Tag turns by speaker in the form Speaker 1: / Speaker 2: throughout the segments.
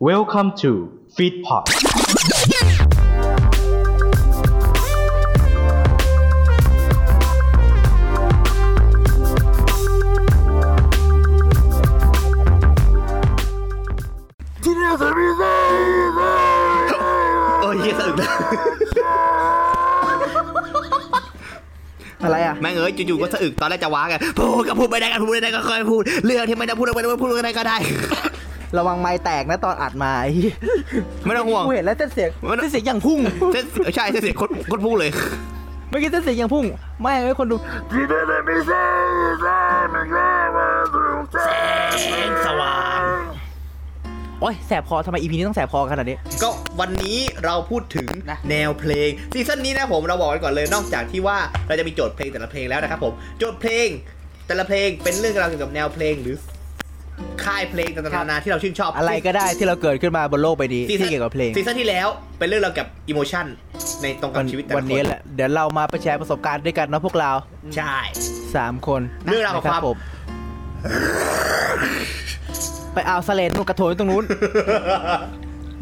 Speaker 1: Welcome to Feedpot
Speaker 2: โอ้ยเหี้ยสะอึกนะ
Speaker 3: อะไรอ่ะ
Speaker 2: แม่งเอ้ยจู่ๆก็สะอึกตอนแรกจะว้ากันพูดก็พูดไม่ได้กันพูดไม่ได้ก็ค่อยพูด เรื่องที่ไม่ได้พูดไม่ได้พูดอะไรก็ได้
Speaker 3: ระวังไม้แตกนะตอนอัดมาไอ้เหี้ย
Speaker 2: ไม่ต้องห่วง
Speaker 3: กูเห็นแล้วเต้นเสียง
Speaker 2: มัน
Speaker 3: เต้นเสียงอย่างพุ่ง
Speaker 2: เส้นใช่เส้นเสียงโคตรโคตรพุ่งเลย
Speaker 3: เมื่อกี้เต้นเสียงอย่างพุ่ง ไม่งให้คนดู
Speaker 2: สว่าง
Speaker 3: โอ๊ยแสบคอทำไมอีพีนี้ต้องแสบคอขนาดนี้
Speaker 2: ก็วันนี้เราพูดถึง
Speaker 3: นะ
Speaker 2: แนวเพลงซีซั่นนี้นะผมเราบอกไว้ก่อนเลยนอกจากที่ว่าเราจะมีโจทย์เพลงแต่ละเพลงแล้วนะครับผมโจทย์เพลง แต่ละเพลงเป็นเรื่องราวเกี่ยวกับแนวเพลงหรือค่ายเพลงต่างๆนานาที่เราชื่นชอบ
Speaker 3: อะไรก็ได้ที่เราเกิดขึ้นมาบนโลกใบนี้
Speaker 2: ซีซั่
Speaker 3: ที่
Speaker 2: น
Speaker 3: เกี่ยวกับเพลง
Speaker 2: ซีซั่นที่แล้วเป็นเรื่องราวเกยวกับอิโมชันในตรงกั
Speaker 3: วั
Speaker 2: บ
Speaker 3: น
Speaker 2: ชีวิตแต่ละ
Speaker 3: วันนี้แหละเดี๋ยวเรามาไปแชร์ประสบการณ์ด้วยกันนะพวกเรา
Speaker 2: คนใช่
Speaker 3: สามคน
Speaker 2: เรื่องราวของ
Speaker 3: นะ
Speaker 2: ความ
Speaker 3: ผมไปเอาสเลนตรงกระโถนตรงนู้น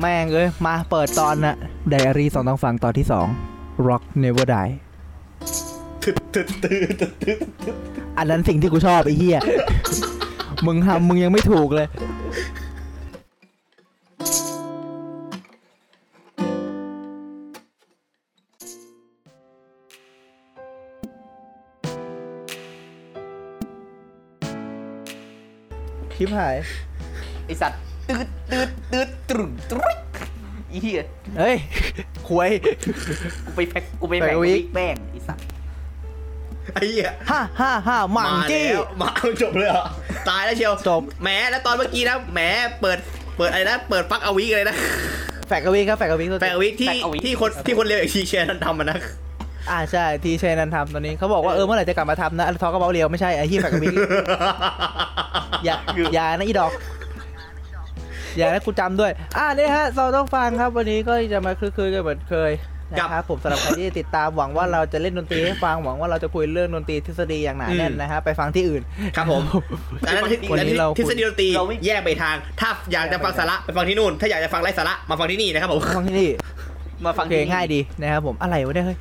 Speaker 3: แม่งเอ้ยมาเปิดตอนนะไดอารี่สองต้องฟังตอนที่สอง Rock Never Die
Speaker 2: ตึ๊ดตึ๊ดตึ๊ดตึ๊ดตึ๊ด
Speaker 3: อันนั้นสิ่งที่กูชอบไอ้เหี้ย มึงทำมึงยังไม่ถูกเลย ชิบหาย
Speaker 4: ไอสัตว์ตืดตืดตืดตรึงตรึ๊กอีเหี้ย
Speaker 3: เฮ้ยควย
Speaker 4: กูไปแพ็กกูไป
Speaker 3: ไป
Speaker 4: แพ็ก
Speaker 3: กับวิก
Speaker 4: วิกแป้งไอสัตว์
Speaker 2: ไอ้เหี้ย
Speaker 3: ฮ่าฮ่าฮ่าหมังจี้
Speaker 2: แล้วมาจบเลยเหรอตายแล้วเชียว
Speaker 3: จบ
Speaker 2: แหมแล้วตอนเมื่อกี้นะแหมเปิดเปิดอะไรนะเปิดฟักเอาวิกเลยนะ
Speaker 3: แฝกกบวิกครับแฝกกบวิกตัว
Speaker 2: แปลเอาวิกที่ที่คนที่คนเร็วอย่างชีเชนทำ มันนะ
Speaker 3: อ่าใช่ทีเชนันทำตอนนี้เขาบอกว่าเออเมื่อไหร่จะกลับมาทำนะอันทอกระเป๋าเรียวไม่ใช่ไอ้ที่แฝกกบวิก อย่าอย่านะอีดอก อย่านะกูจำด้วย อ่านี่ฮะเราต้องฟังครับวันนี้ก็จะมาคือคืนกันเหมือนเคยนะครับผมสำหรับใครที่ติดตามหวังว่าเราจะเล่นดนตรีให้ฟังหวังว่าเราจะคุยเรื่องดนตรีทฤษฎีอย่างหนาแน่นนะฮะไปฟังที่อื่น
Speaker 2: ครับผมอันนั้นทฤ
Speaker 3: วันนี้เรา
Speaker 2: ทฤษฎีดนตรีแยกไปทาง ถ้าอยากจะฟังสาระไปฟังที่นู่น ถ้าอยากจะฟังไร้สาระมาฟังที่นี่นะครับผม
Speaker 3: ฟังที่นี่
Speaker 4: มาฟั
Speaker 3: โองเค
Speaker 4: ที่นี่
Speaker 3: ง่ายดีนะครับผมอะไรวะเนี่ยเฮ้ย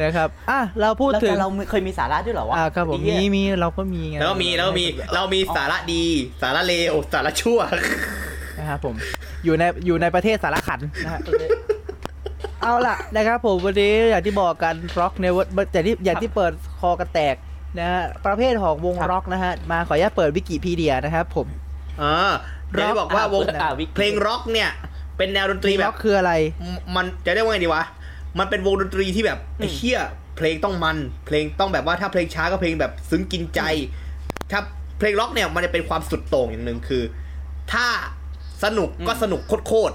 Speaker 3: นะครับอ่ะเราพูด
Speaker 4: แล้ว
Speaker 3: ถึ
Speaker 4: แต่
Speaker 3: ง
Speaker 4: เราเคยมีสาระด้วยเหรอวะ
Speaker 3: อ่าครับผม
Speaker 4: ไอ้เหี้ย
Speaker 3: มีมีเราก็มีไง
Speaker 2: แล้วก็มีแล้วก็มีเรามีสาระดี สาระเลวสาระชั่ว
Speaker 3: นะครับผมอยู่ในอยู่ในประเทศสารขันนะฮะ เอาล่ะนะครับผมวันนี้อย่างที่บอกกันร็อกในวันอย่างที่อย่างที่เปิดคอกระแตกนะฮะประเภทของวงร็อกนะฮะมาขออนุญาตเปิดวิกิพีเดียนะครับผม
Speaker 2: เออเดี๋ยวจะบอกว่าวง
Speaker 3: ร็อก
Speaker 4: อ่าวิก
Speaker 2: เพลงร็อกเนี่ย เป็นแนวดนตรีแบ
Speaker 3: ร็
Speaker 2: บอก
Speaker 3: คืออะไร
Speaker 2: มมันจะได้ว่าไงดีวะ มันเป็นวงดนตรีที่แบบไอ้เชี่ยเพลงต้องมัน เพลงต้องแบบว่าถ้าเพลงช้าก็เพลงแบบซึ้งกินใจ ถ้าเพลงร็อกเนี่ยมันจะเป็นความสุดโต่งอย่างหนึ่งคือ ถ้าสนุกก็สนุกโคตร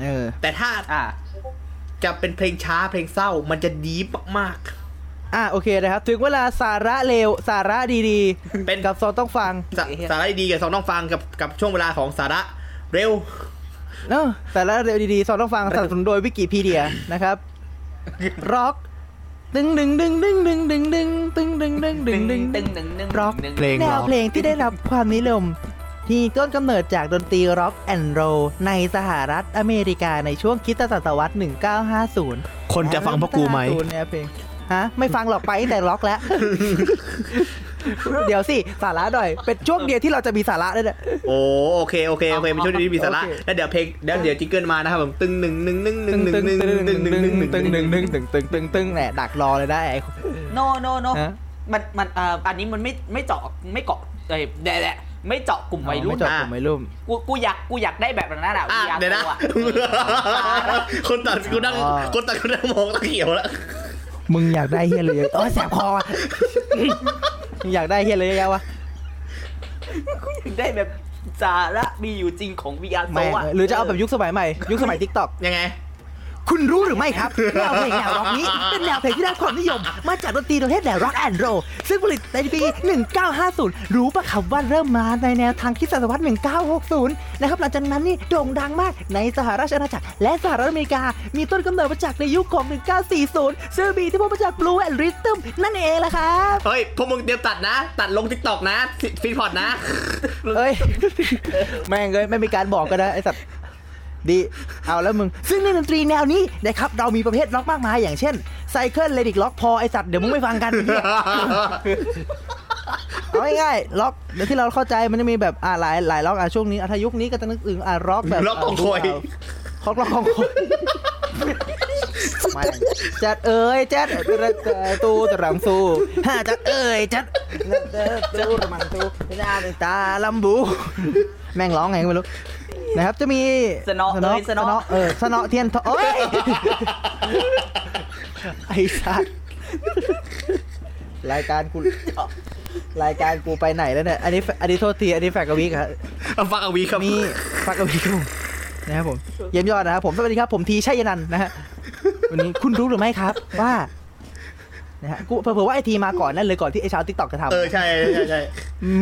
Speaker 3: เออ
Speaker 2: ๆแต่ถ้า
Speaker 4: อ่า
Speaker 2: จะเป็นเพลงช้าเพลงเศร้ามันจะดีมาก
Speaker 3: อ่ะโอเคนะครับ ถึงเวลาสาระเลวสาระดีๆ
Speaker 2: เป็น
Speaker 3: กับซองต้องฟัง
Speaker 2: ๆสาสาระดีๆกับสองน้องฟังกับกับช่วงเวลาของสาระเร็ว
Speaker 3: เนอะสาระเลวดีๆซองต้องฟังสนับสนุนโดยวิกิพีเดียนะครับร็อกดึงดึงดึงดึงดึงดึงดึงดึงดึงดึงดึง
Speaker 4: ตึง
Speaker 3: ดึ
Speaker 4: ตึ
Speaker 3: งดึง
Speaker 4: งตึงตึงตึง
Speaker 3: ร็อก
Speaker 4: ตึง
Speaker 2: เพลง
Speaker 3: แนวเพลงที่ได้รับความนิยมที่ต้นกำเนิดจากดนตรีร็อกแอนด์โรลในสหรัฐอเมริกาในช่วงคริสตศตวรรษ 1950เนี่ยเพลงฮะ ไม่ฟังหรอกไปตั้งแต่ร็อกแล้ว เดี๋ยวสิ สาระหน่อย เป็นช่วงเดียวที่เราจะมีสาระด้วยเนี่ย
Speaker 2: โอ้โอเคโอเคโอเคเป็นช่วงที่มีสาระ
Speaker 3: โอเค
Speaker 2: แล้วเดี๋ยวเพลงแล้วเดี๋ยวจิงเกิลมานะครับผมตึงหนึ่งหนึ่งหนึ่งหนึ่
Speaker 3: ตึ
Speaker 2: ง
Speaker 3: ง
Speaker 2: หนึ่ง
Speaker 3: ตึง
Speaker 2: หนึ่ง
Speaker 3: ตึง
Speaker 2: ห
Speaker 3: ตึ
Speaker 2: นึ่ง
Speaker 3: ง
Speaker 2: หนึ่งหนึ่งห
Speaker 3: ตึง
Speaker 2: นึ่งหนึ่งห
Speaker 3: ตึงตึ
Speaker 2: นึ่ง
Speaker 3: งตึงตึงตึงตึงตึงแหละดักรอเลยนะไอ้คน
Speaker 4: โนโนโน
Speaker 3: ฮะ
Speaker 4: มันมันอ่าอันนี้มันไม่ไม่เจาะไม่เกาะเอ้ยแดะแดะไม่เจาะกลุ่มวัยรุ่น
Speaker 3: ไม่จบผมไม่รุ่ม
Speaker 4: กูกูอยากกูอยากได้แบบนั้นน่ะ
Speaker 2: อ่ะ
Speaker 4: อยาก
Speaker 2: เดี๋ยวนะ
Speaker 4: โตอ่ะ
Speaker 2: คนตัดกูนั่ง
Speaker 3: อ๋อ
Speaker 2: คนตัดกูนั่งมองตะเขียวแล้ว
Speaker 3: มึงอยากได้เฮียเลยโอ้ยแสบคอว่ะมึงอยากได้เฮียเลยเยอะแยะวะ
Speaker 4: ได้แบบสาระมีอยู่จริงของ VR โต
Speaker 3: แม่ง
Speaker 4: อ่ะ
Speaker 3: เออหรือจะเอาแบบยุคสมัยใหม่ ยุคสมัยทิกตอก
Speaker 2: ยังไง
Speaker 3: คุณรู้หรือไม่ครับ แนวเพลงแนวร็อกนี้เป็นแนวเพลงที่ได้ความนิยม มาจากดนตรีประเภทแนวร็อกแอนด์โรลซึ่งผลิตในปี 1950 รู้ปะครับว่าเริ่มมาในแนวทางคริดศตวรรษ 1960 นะครับหลังจากนั้นนี่โด่งดังมากในสหราชอาณาจักรและสหรัฐอเมริกา มีต้นกำเนิดมาจากในยุคของ 1940 ซึ่งมีอิที่มาจากบลูแอนด์ริทึมนั่นเองล่ะครับ
Speaker 2: เฮ้ยพวกมึงเตรียมตัดนะ ตัดลงทิกตอกนะฟีดพอดนะ
Speaker 3: เอ้ย แม่งเลยไม่มีการบอกก็ได้ไอสัตว์ดีเอาแล้วมึง ซึ่งในดนตรีแนวนี้นะครับ เรามีประเภทล็อกมากมายอย่างเช่นไซเคิลเลดิกล็อกพอไอสัตว์เดี๋ยวมึงไม่ฟังกัน เอาง่ายๆล็อกเดี๋ยวที่เราเข้าใจมันจะมีแบบอ่าหลายหลายล็อกอ่ะช่วงนี้อ่ะถ้ายุคนี้ก็จะนึกถึงอ่าล็อกแบบ
Speaker 2: ล็อกของคอย
Speaker 3: ล็อกล็อกของคอยไม่แจัดเอ้ยแจัดตู้ตะรังสู้ฮ่าแจัดเอ้ยแจัดตู้ตะมังตู้หน้าเป็นตาลำบู แม่งร้องไงก็ไม่รู้นะครับจะมี
Speaker 4: สนอ
Speaker 3: สนอ
Speaker 4: เอ้ยสนอ
Speaker 3: สนอเออสนอเทียนทองโอ้ย ไอ้สัตว์รายการกู รายการกูไปไหนแล้วเนี่ย อันนี้ อันนี้โทษที อันนี้แฟกกับวิกครับ
Speaker 2: เอาฟังเอาวีครับ
Speaker 3: มีฟักกับวิกครับผมนะครับผม เยี่ยมยอดนะครับผม สวัสดีครับ ผมทีชัยนันท์นะฮะ วันนี้คุณรู้หรือไม่ครับ ว่า นะฮะ กูเผื่อๆว่าไอทีมาก่อนนั่นเลยก่อนที่ไอชาวติ๊กต็อกจะทำ
Speaker 2: เออใช่ใช่ใช่ใช่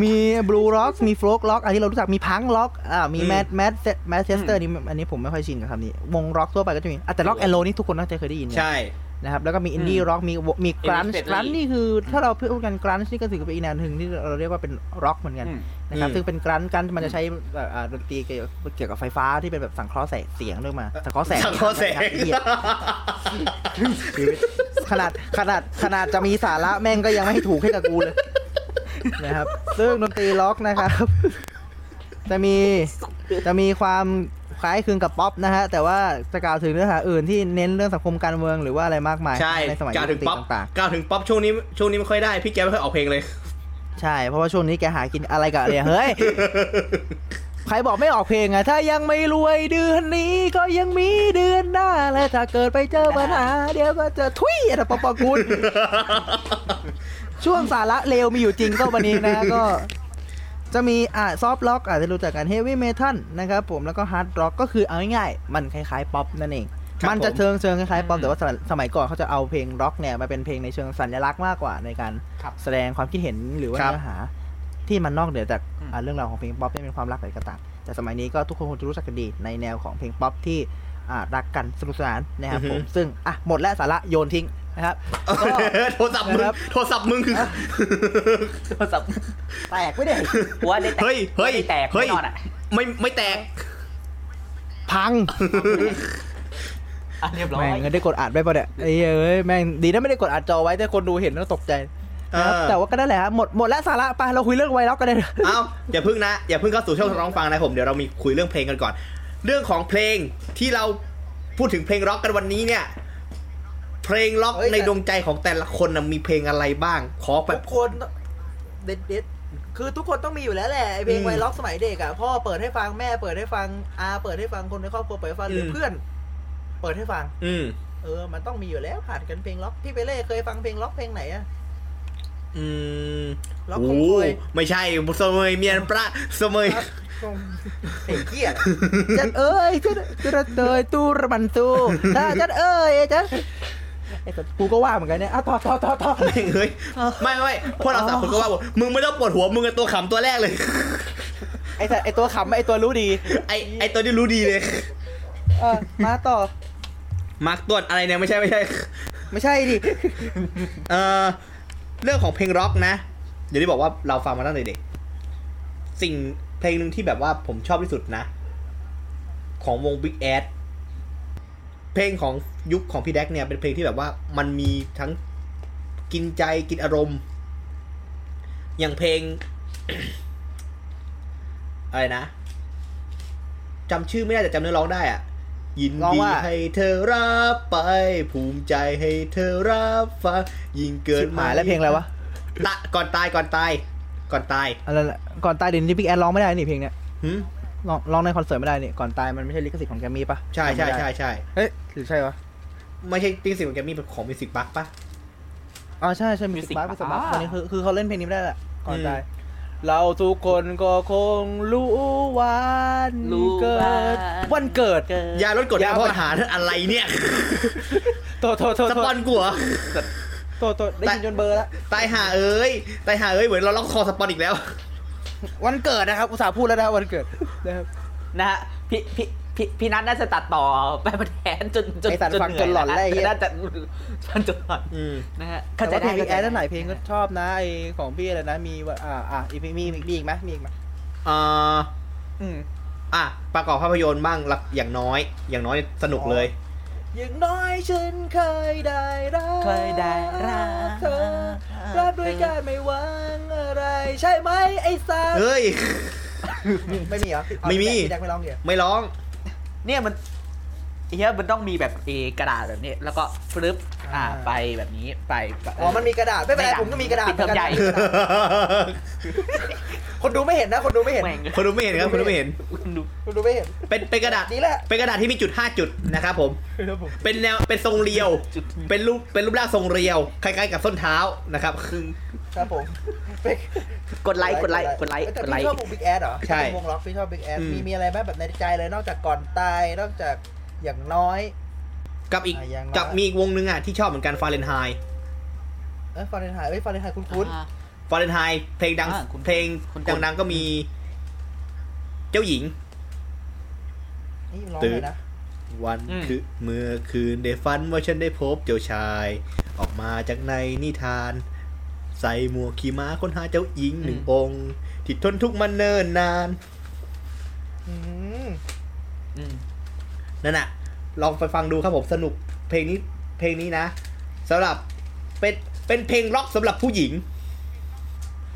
Speaker 3: มีบลูล็อกมีโฟล์กล็อกอันที่เรารู้จักมีพังล็อกอ่ามี
Speaker 2: อืม
Speaker 3: แมทแมทแมทเชสเตอร์นี่อันนี้ผมไม่ค่อยชินกับคำนี้ วงร็อกทั่วไปก็จะมีอ่ะแต่ล็อกแอนโลนี่ทุกคนน่าจะเคยได้ยินนะ
Speaker 2: ใช่
Speaker 3: นะครับแล้วก็มีอินดี้
Speaker 4: อืม
Speaker 3: ร็อกมีมีกรัน
Speaker 4: Indie
Speaker 3: ช์
Speaker 4: Street
Speaker 3: กรันช์นี่คือ ถ้าเราพูดกันกรันช์นี่ก็ถือว่าเป็นอีกแนวหนึ่งที่เราเรียกว่าเป็นร็อกเหมือนกัน
Speaker 4: อืม
Speaker 3: นะครับ
Speaker 2: อืม
Speaker 3: ซึ่งเป็นกรันช์กรันช์มันจะใช้แบบอ่าดนตรีเกี่ยวเกี่ยวกับไฟฟ้าที่เป็นแบบสังเคราะห์แสงเสียงด้วยมาสังเคราะห์แสง
Speaker 2: สังข้อแสง
Speaker 3: นะครับไอ้เหี้ย ชีวิต ขนาดขนาดขนาดจะมีสาระแม่งก็ยังไม่ให้ถูกให้กับกูเลย นะครับเรื่องดนตรีล็อกนะครับ จะมีจะมีความคล้ายคลึงกับป๊อปนะฮะ แต่ว่าจะกล่าวถึงเนื้อหาอื่นที่เน้นเรื่องสังคมการเมืองหรือว่าอะไรมากมาย
Speaker 2: ใช่
Speaker 3: ในสมัย
Speaker 2: กล่าว
Speaker 3: ด
Speaker 2: ถึ
Speaker 3: น
Speaker 2: ง
Speaker 3: ตรี
Speaker 2: ป๊อป
Speaker 3: ต่าง
Speaker 2: กล่าวถึงป๊อปช่วงนี้ช่วงนี้ไม่ค่อยได้ พี่แกไม่ค่อยออกเพลงเลย
Speaker 3: ๆ ใช่ เพราะว่าช่วงนี้แกหากินอะไรกับอะไรอะเฮ้ย ใครบอกไม่ออกเพลงอะถ้ายังไม่รวยเดือนนี้ก็ยังมีเดือนหน้าและถ้าเกิดไปเจอปัญหาเดี๋ยวก็จะทุยอะไรปะปะกูล ช่วงสาระเลวมีอยู่จริงก็วันนี้นะ ก็ จะมีอ่าซอฟล็อกอาจจะรู้จักกันเฮฟวี่เมทัลนะครับผมแล้วก็ฮาร์ดร็อกก็คือเอาง่ายๆมันคล้ายๆป๊อปนั่นเอง
Speaker 2: ครับ
Speaker 3: มันจะ
Speaker 2: ผม
Speaker 3: เชิงเชิงคล้ายๆป๊อปแต่ว่าสมัยสมัยก่อนเขาจะเอาเพลงร็อกเนี่ยมาเป็นเพลงในเชิงสัญลักษณ์มากกว่าในการ
Speaker 4: ครับ
Speaker 3: แสดงความคิดเห็นหรือว่า
Speaker 2: ครับ
Speaker 3: เนื้อหา ที่มันนอกเหนือจากอ่าเรื่องราวของเพลงป๊อปที่เป็นความรักอะไรก็ตามแต่สมัยนี้ก็ทุกคนคงจะรู้จักกันดีในแนวของเพลงป๊อปที่อ่ารักกันสนุกสนานนะครับผมซึ่งอ่ะหมดแล้วสาระโยนทิ้งนะครับก็
Speaker 2: โทรศัพท์มึง
Speaker 3: นะครับ
Speaker 2: โทรศัพท์มึงคือ
Speaker 4: โทรศัพท์
Speaker 3: แตกไม่ได้
Speaker 4: กูว่าได้แตก
Speaker 2: เฮ้ยเฮ้ย
Speaker 4: ได้แตก
Speaker 2: เฮ้
Speaker 4: แน่
Speaker 2: ย
Speaker 4: นอนอ่ะ
Speaker 2: ไม่ไม่แตก
Speaker 3: พัง
Speaker 4: อ่ะเรียบร้อย
Speaker 3: แม่งได้กดอัดไว้ป่ะเนี่ยไอ้เหี้ยเอ้ยแม่งดีนะไม่ได้กดอัดจอไว้แต่คนดูเห็นแล้วตกใจนะครับ
Speaker 2: เออ
Speaker 3: แต่ว่าก็นั่นแหละฮะหมดหมดแล้วสาระไปเราคุยเรื่องไวรัสกันเลย
Speaker 2: เอ้าอย่าเพิ่งนะ อย่าเพิ่งเข้าสู่ช่วงร้องฟังนะผม เดี๋ยวเรามีคุยเรื่องเพลงกันก่อน เรื่องของเพลงที่เราพูดถึงเพลงร็อกกันวันนี้เนี่ย เพลงร็อก
Speaker 3: เฮ้ย
Speaker 2: ในดวงใจของแต่ละคนนะมีเพลงอะไรบ้าง ขอแบบ
Speaker 3: เด็ดเด็ดคือทุกคนต้องมีอยู่แล้วแหละไอ้เพลง
Speaker 2: อืม
Speaker 3: ไวร็อกสมัยเด็กอ่ะพ่อเปิดให้ฟังแม่เปิดให้ฟังอาเปิดให้ฟังคนในครอบครัวเปิดให้ฟังหรืออ
Speaker 2: ม
Speaker 3: เพื่อน เปิดให้ฟัง
Speaker 2: อืม
Speaker 3: เออ มันต้องมีอยู่แล้วผ่านกันเพลงล็อกพี่เปเล่เคยฟังเพลงล็อกเพลงไหนอ่ะ
Speaker 2: อืม
Speaker 3: ล็อกข
Speaker 2: โอ้
Speaker 3: อง
Speaker 2: โห
Speaker 3: คอย
Speaker 2: ไม่ใช่เสมยเมียนพระเสมย
Speaker 3: ไอ้เกียจัดเอ้ยจัดจัดเอ้ยตู้ระบันตู้ถ้าจัดเอ้ยจัดไอ้สัตว์กูก็ว่าเหมือนกันเนี่ยอ่ะต่อต่อต่อต่อ
Speaker 2: ไม่ เฮ้ยไม่ไม่ไม่พวกเราสามคนก็ว่าบอกมึงไม่ต้องปวดหัวมึงกับตัวขำตัวแรกเลย
Speaker 3: ไอ้สัตว์ไอ้ตัวขำไอ้ตัวรู้ดี
Speaker 2: ไอไอตัวที่รู้ดีเลย
Speaker 3: เออมาต่อ
Speaker 2: มาร์กตรวจอะไรเนี่ยไม่ใช่ไม่ใช่
Speaker 3: ไม่ใช่ดิ
Speaker 2: เอ่อเรื่องของเพลงร็อกนะเดี๋ยวที่บอกว่าเราฟังมาตั้งแต่เด็ก สิ่งเพลงหนึ่งที่แบบว่าผมชอบที่สุดนะ ของวง Big a d เพลงของยุคของพี่แดกเนี่ยเป็นเพลงที่แบบว่ามันมีทั้งกินใจกินอารมณ์ อย่างเพลง อะไรนะจำชื่อไม่ได้แต่จำเนื้อร้องได้อะยิน
Speaker 3: ร้อง
Speaker 2: ดี
Speaker 3: ว่า
Speaker 2: ให้เธอรับไป ภูมิใจให้เธอรับฟังยิ่งเกิน
Speaker 3: หมายแล้วเพลงอะไรวะ
Speaker 2: ตะก่อนตายก่อนตาย ก่อนตาย
Speaker 3: อะไรนะก่อนตายเดี๋ยวนี้พี่แอนร้องไม่ได้นี่เพลงเนี้ย
Speaker 2: หืม
Speaker 3: ร้องร้องในคอนเสิร์ตไม่ได้นี่ก่อนตายมันไม่ใช่ลิขสิทธิ์ของแกรมมี่ปะ
Speaker 2: ใช่ใช่ใช่ใช่
Speaker 3: เฮ้ยหรือใช่วะ
Speaker 2: ไม่ใช่ติ๊กสิบของแกมมี่เป็นของมิวสิกบักปะ
Speaker 3: อ๋อใช่ใช่มิวสิ
Speaker 4: Music
Speaker 3: กบาร์
Speaker 4: Box
Speaker 3: มิวสิกบาร์
Speaker 4: อ่า
Speaker 3: คนนี้คือคือเขาเล่นเพลงนี้ไม่ได้แหละก่อนตาย เราทุกคนก็คงรู้วัน
Speaker 4: รู้
Speaker 3: เกิด
Speaker 4: วั
Speaker 3: วัน
Speaker 4: น
Speaker 3: เกิด
Speaker 4: เกิด
Speaker 2: ยาลดกรด
Speaker 3: ยา
Speaker 2: เพาะอาหารอะไรเนี่ย
Speaker 3: โทษโทษโทษ
Speaker 2: ส
Speaker 3: โท
Speaker 2: ปอ
Speaker 3: ษ
Speaker 2: นกูเหรอ
Speaker 3: โทษโทษได้ยินจนเบลอร์แล้ว
Speaker 2: ตายหาเอ้ย ตายหาเอ้ย เหมือนเราล็อกคอสปอนอีกแล้ว
Speaker 3: วันเกิดนะครับ อุตส่าห์พูดแล้วนะวันเกิดนะครับ
Speaker 4: นะฮะพี่พี่พี่พี่นัทน่าจะตัดต่อไปประแทนจนจน
Speaker 3: ไอ้สัตว์
Speaker 4: จ
Speaker 3: ฟังจนหลอนแล้วไอ้เหี้ย
Speaker 4: น่าจะจนจนหลอน
Speaker 2: อืม
Speaker 4: นะฮะเข้า
Speaker 3: แต่
Speaker 4: ใจ
Speaker 3: ว่าเพลงพี่แอด
Speaker 4: ได้เข้าใจได้
Speaker 3: นั่นหลายเพลงก็ชอบนะไอของพี่อะไรนะมีว่าอ่าอ่ะอีกมีมีมีอีกไหมมีอีกไหม
Speaker 2: อ่า
Speaker 3: อืม
Speaker 2: อ่ะ ประกอบภาพยนตร์บ้างหลักอย่างน้อย อย่างน้อยสนุกเลย
Speaker 3: อย่างน้อยฉันเคยได้รัก
Speaker 4: เคยได้รัก
Speaker 3: เธอรับด้วยการไม่หวังอะไร ใช่ไหมไอ้สัส
Speaker 2: เฮ้ย
Speaker 3: ไม่มีเหรอเอา
Speaker 2: ไม่มี
Speaker 3: พี่แจ็คไม่ร้องเดี๋ยว
Speaker 2: ไม่ร้อง
Speaker 4: เนี่ยมันเฮียมันต้องมีแบบเอกระดาษแบบนี้ แล้วก็ฟลิปอ่าไปแบบนี้ไปแบบ
Speaker 3: อ๋อมันมีกระดาษไม่เป็นไร
Speaker 4: ใหญ่
Speaker 3: ผมก็มีกระดาษ
Speaker 4: ปิดเทอมใหญ่
Speaker 3: คนดูไม่เห็นนะ คนดูไม่เห็น
Speaker 4: แม่ง
Speaker 2: คนดูไม่เห็นครับ คนดูไม่เห็น
Speaker 4: ดู
Speaker 3: คนดูไม่เห็น
Speaker 2: เป็นเป็นกระดาษ
Speaker 3: นี่แหละ
Speaker 2: เป็นกระดาษที่มีจุด 5 จุดนะครับผม
Speaker 3: ครับผม
Speaker 2: เป็นแนว เป็นทรงเรียว
Speaker 4: จุด
Speaker 2: เป็นรูป เป็นรูปร่างทรงเรียว คล้ายๆกับส้นเท้านะครับคือ
Speaker 3: ครับผม
Speaker 4: กดไลค์กดไลค์กดไลค์
Speaker 3: แต่
Speaker 4: กดไล
Speaker 3: พี่
Speaker 4: ค์
Speaker 3: ชอบวงบิ๊กแอดเหรอ
Speaker 2: ใช่
Speaker 3: วงล็อกพี่ชอบบิ๊กแอด
Speaker 2: อืม
Speaker 3: มีมีอะไรไหมแบบในใจเลยนอกจากก่อนตายนอกจากอย่างน้อย
Speaker 2: กับอีก
Speaker 3: อ่ะยังนะ
Speaker 2: กับมีอีกวงหนึงอ่ะที่ชอบเหมือนกันฟาเรนไฮ
Speaker 3: เอ้ยฟาเรนไฮต์เอ้ยฟาเรนไฮต์คุ้น
Speaker 4: อ่า
Speaker 2: ฟาเรนไฮเพลงดัง
Speaker 4: อ่าคุณ
Speaker 2: เพลง
Speaker 4: คุณ
Speaker 2: ดังๆก็มี เจ้าหญิง
Speaker 3: ๆนี่ร้อง
Speaker 2: ตื่
Speaker 3: เล
Speaker 2: น
Speaker 3: ยนะ
Speaker 2: วัน
Speaker 4: อืม
Speaker 2: คือเมื่อคืนได้ฝันว่าฉันได้พบเจ้าชาย ออกมาจากในนิทาน ใส่หมวกขี่ม้าค้นหาเจ้าหญิงหนึ่งองค์ ที่ทนทุกข์มาเนิ่นนาน
Speaker 3: อืม
Speaker 4: อืม
Speaker 2: นั่นน่ะ ลองไปฟังดูครับผมสนุกเพลงนี้เพลงนี้นะสำหรับเป็นเป็นเพลงล็อกสำหรับผู้หญิง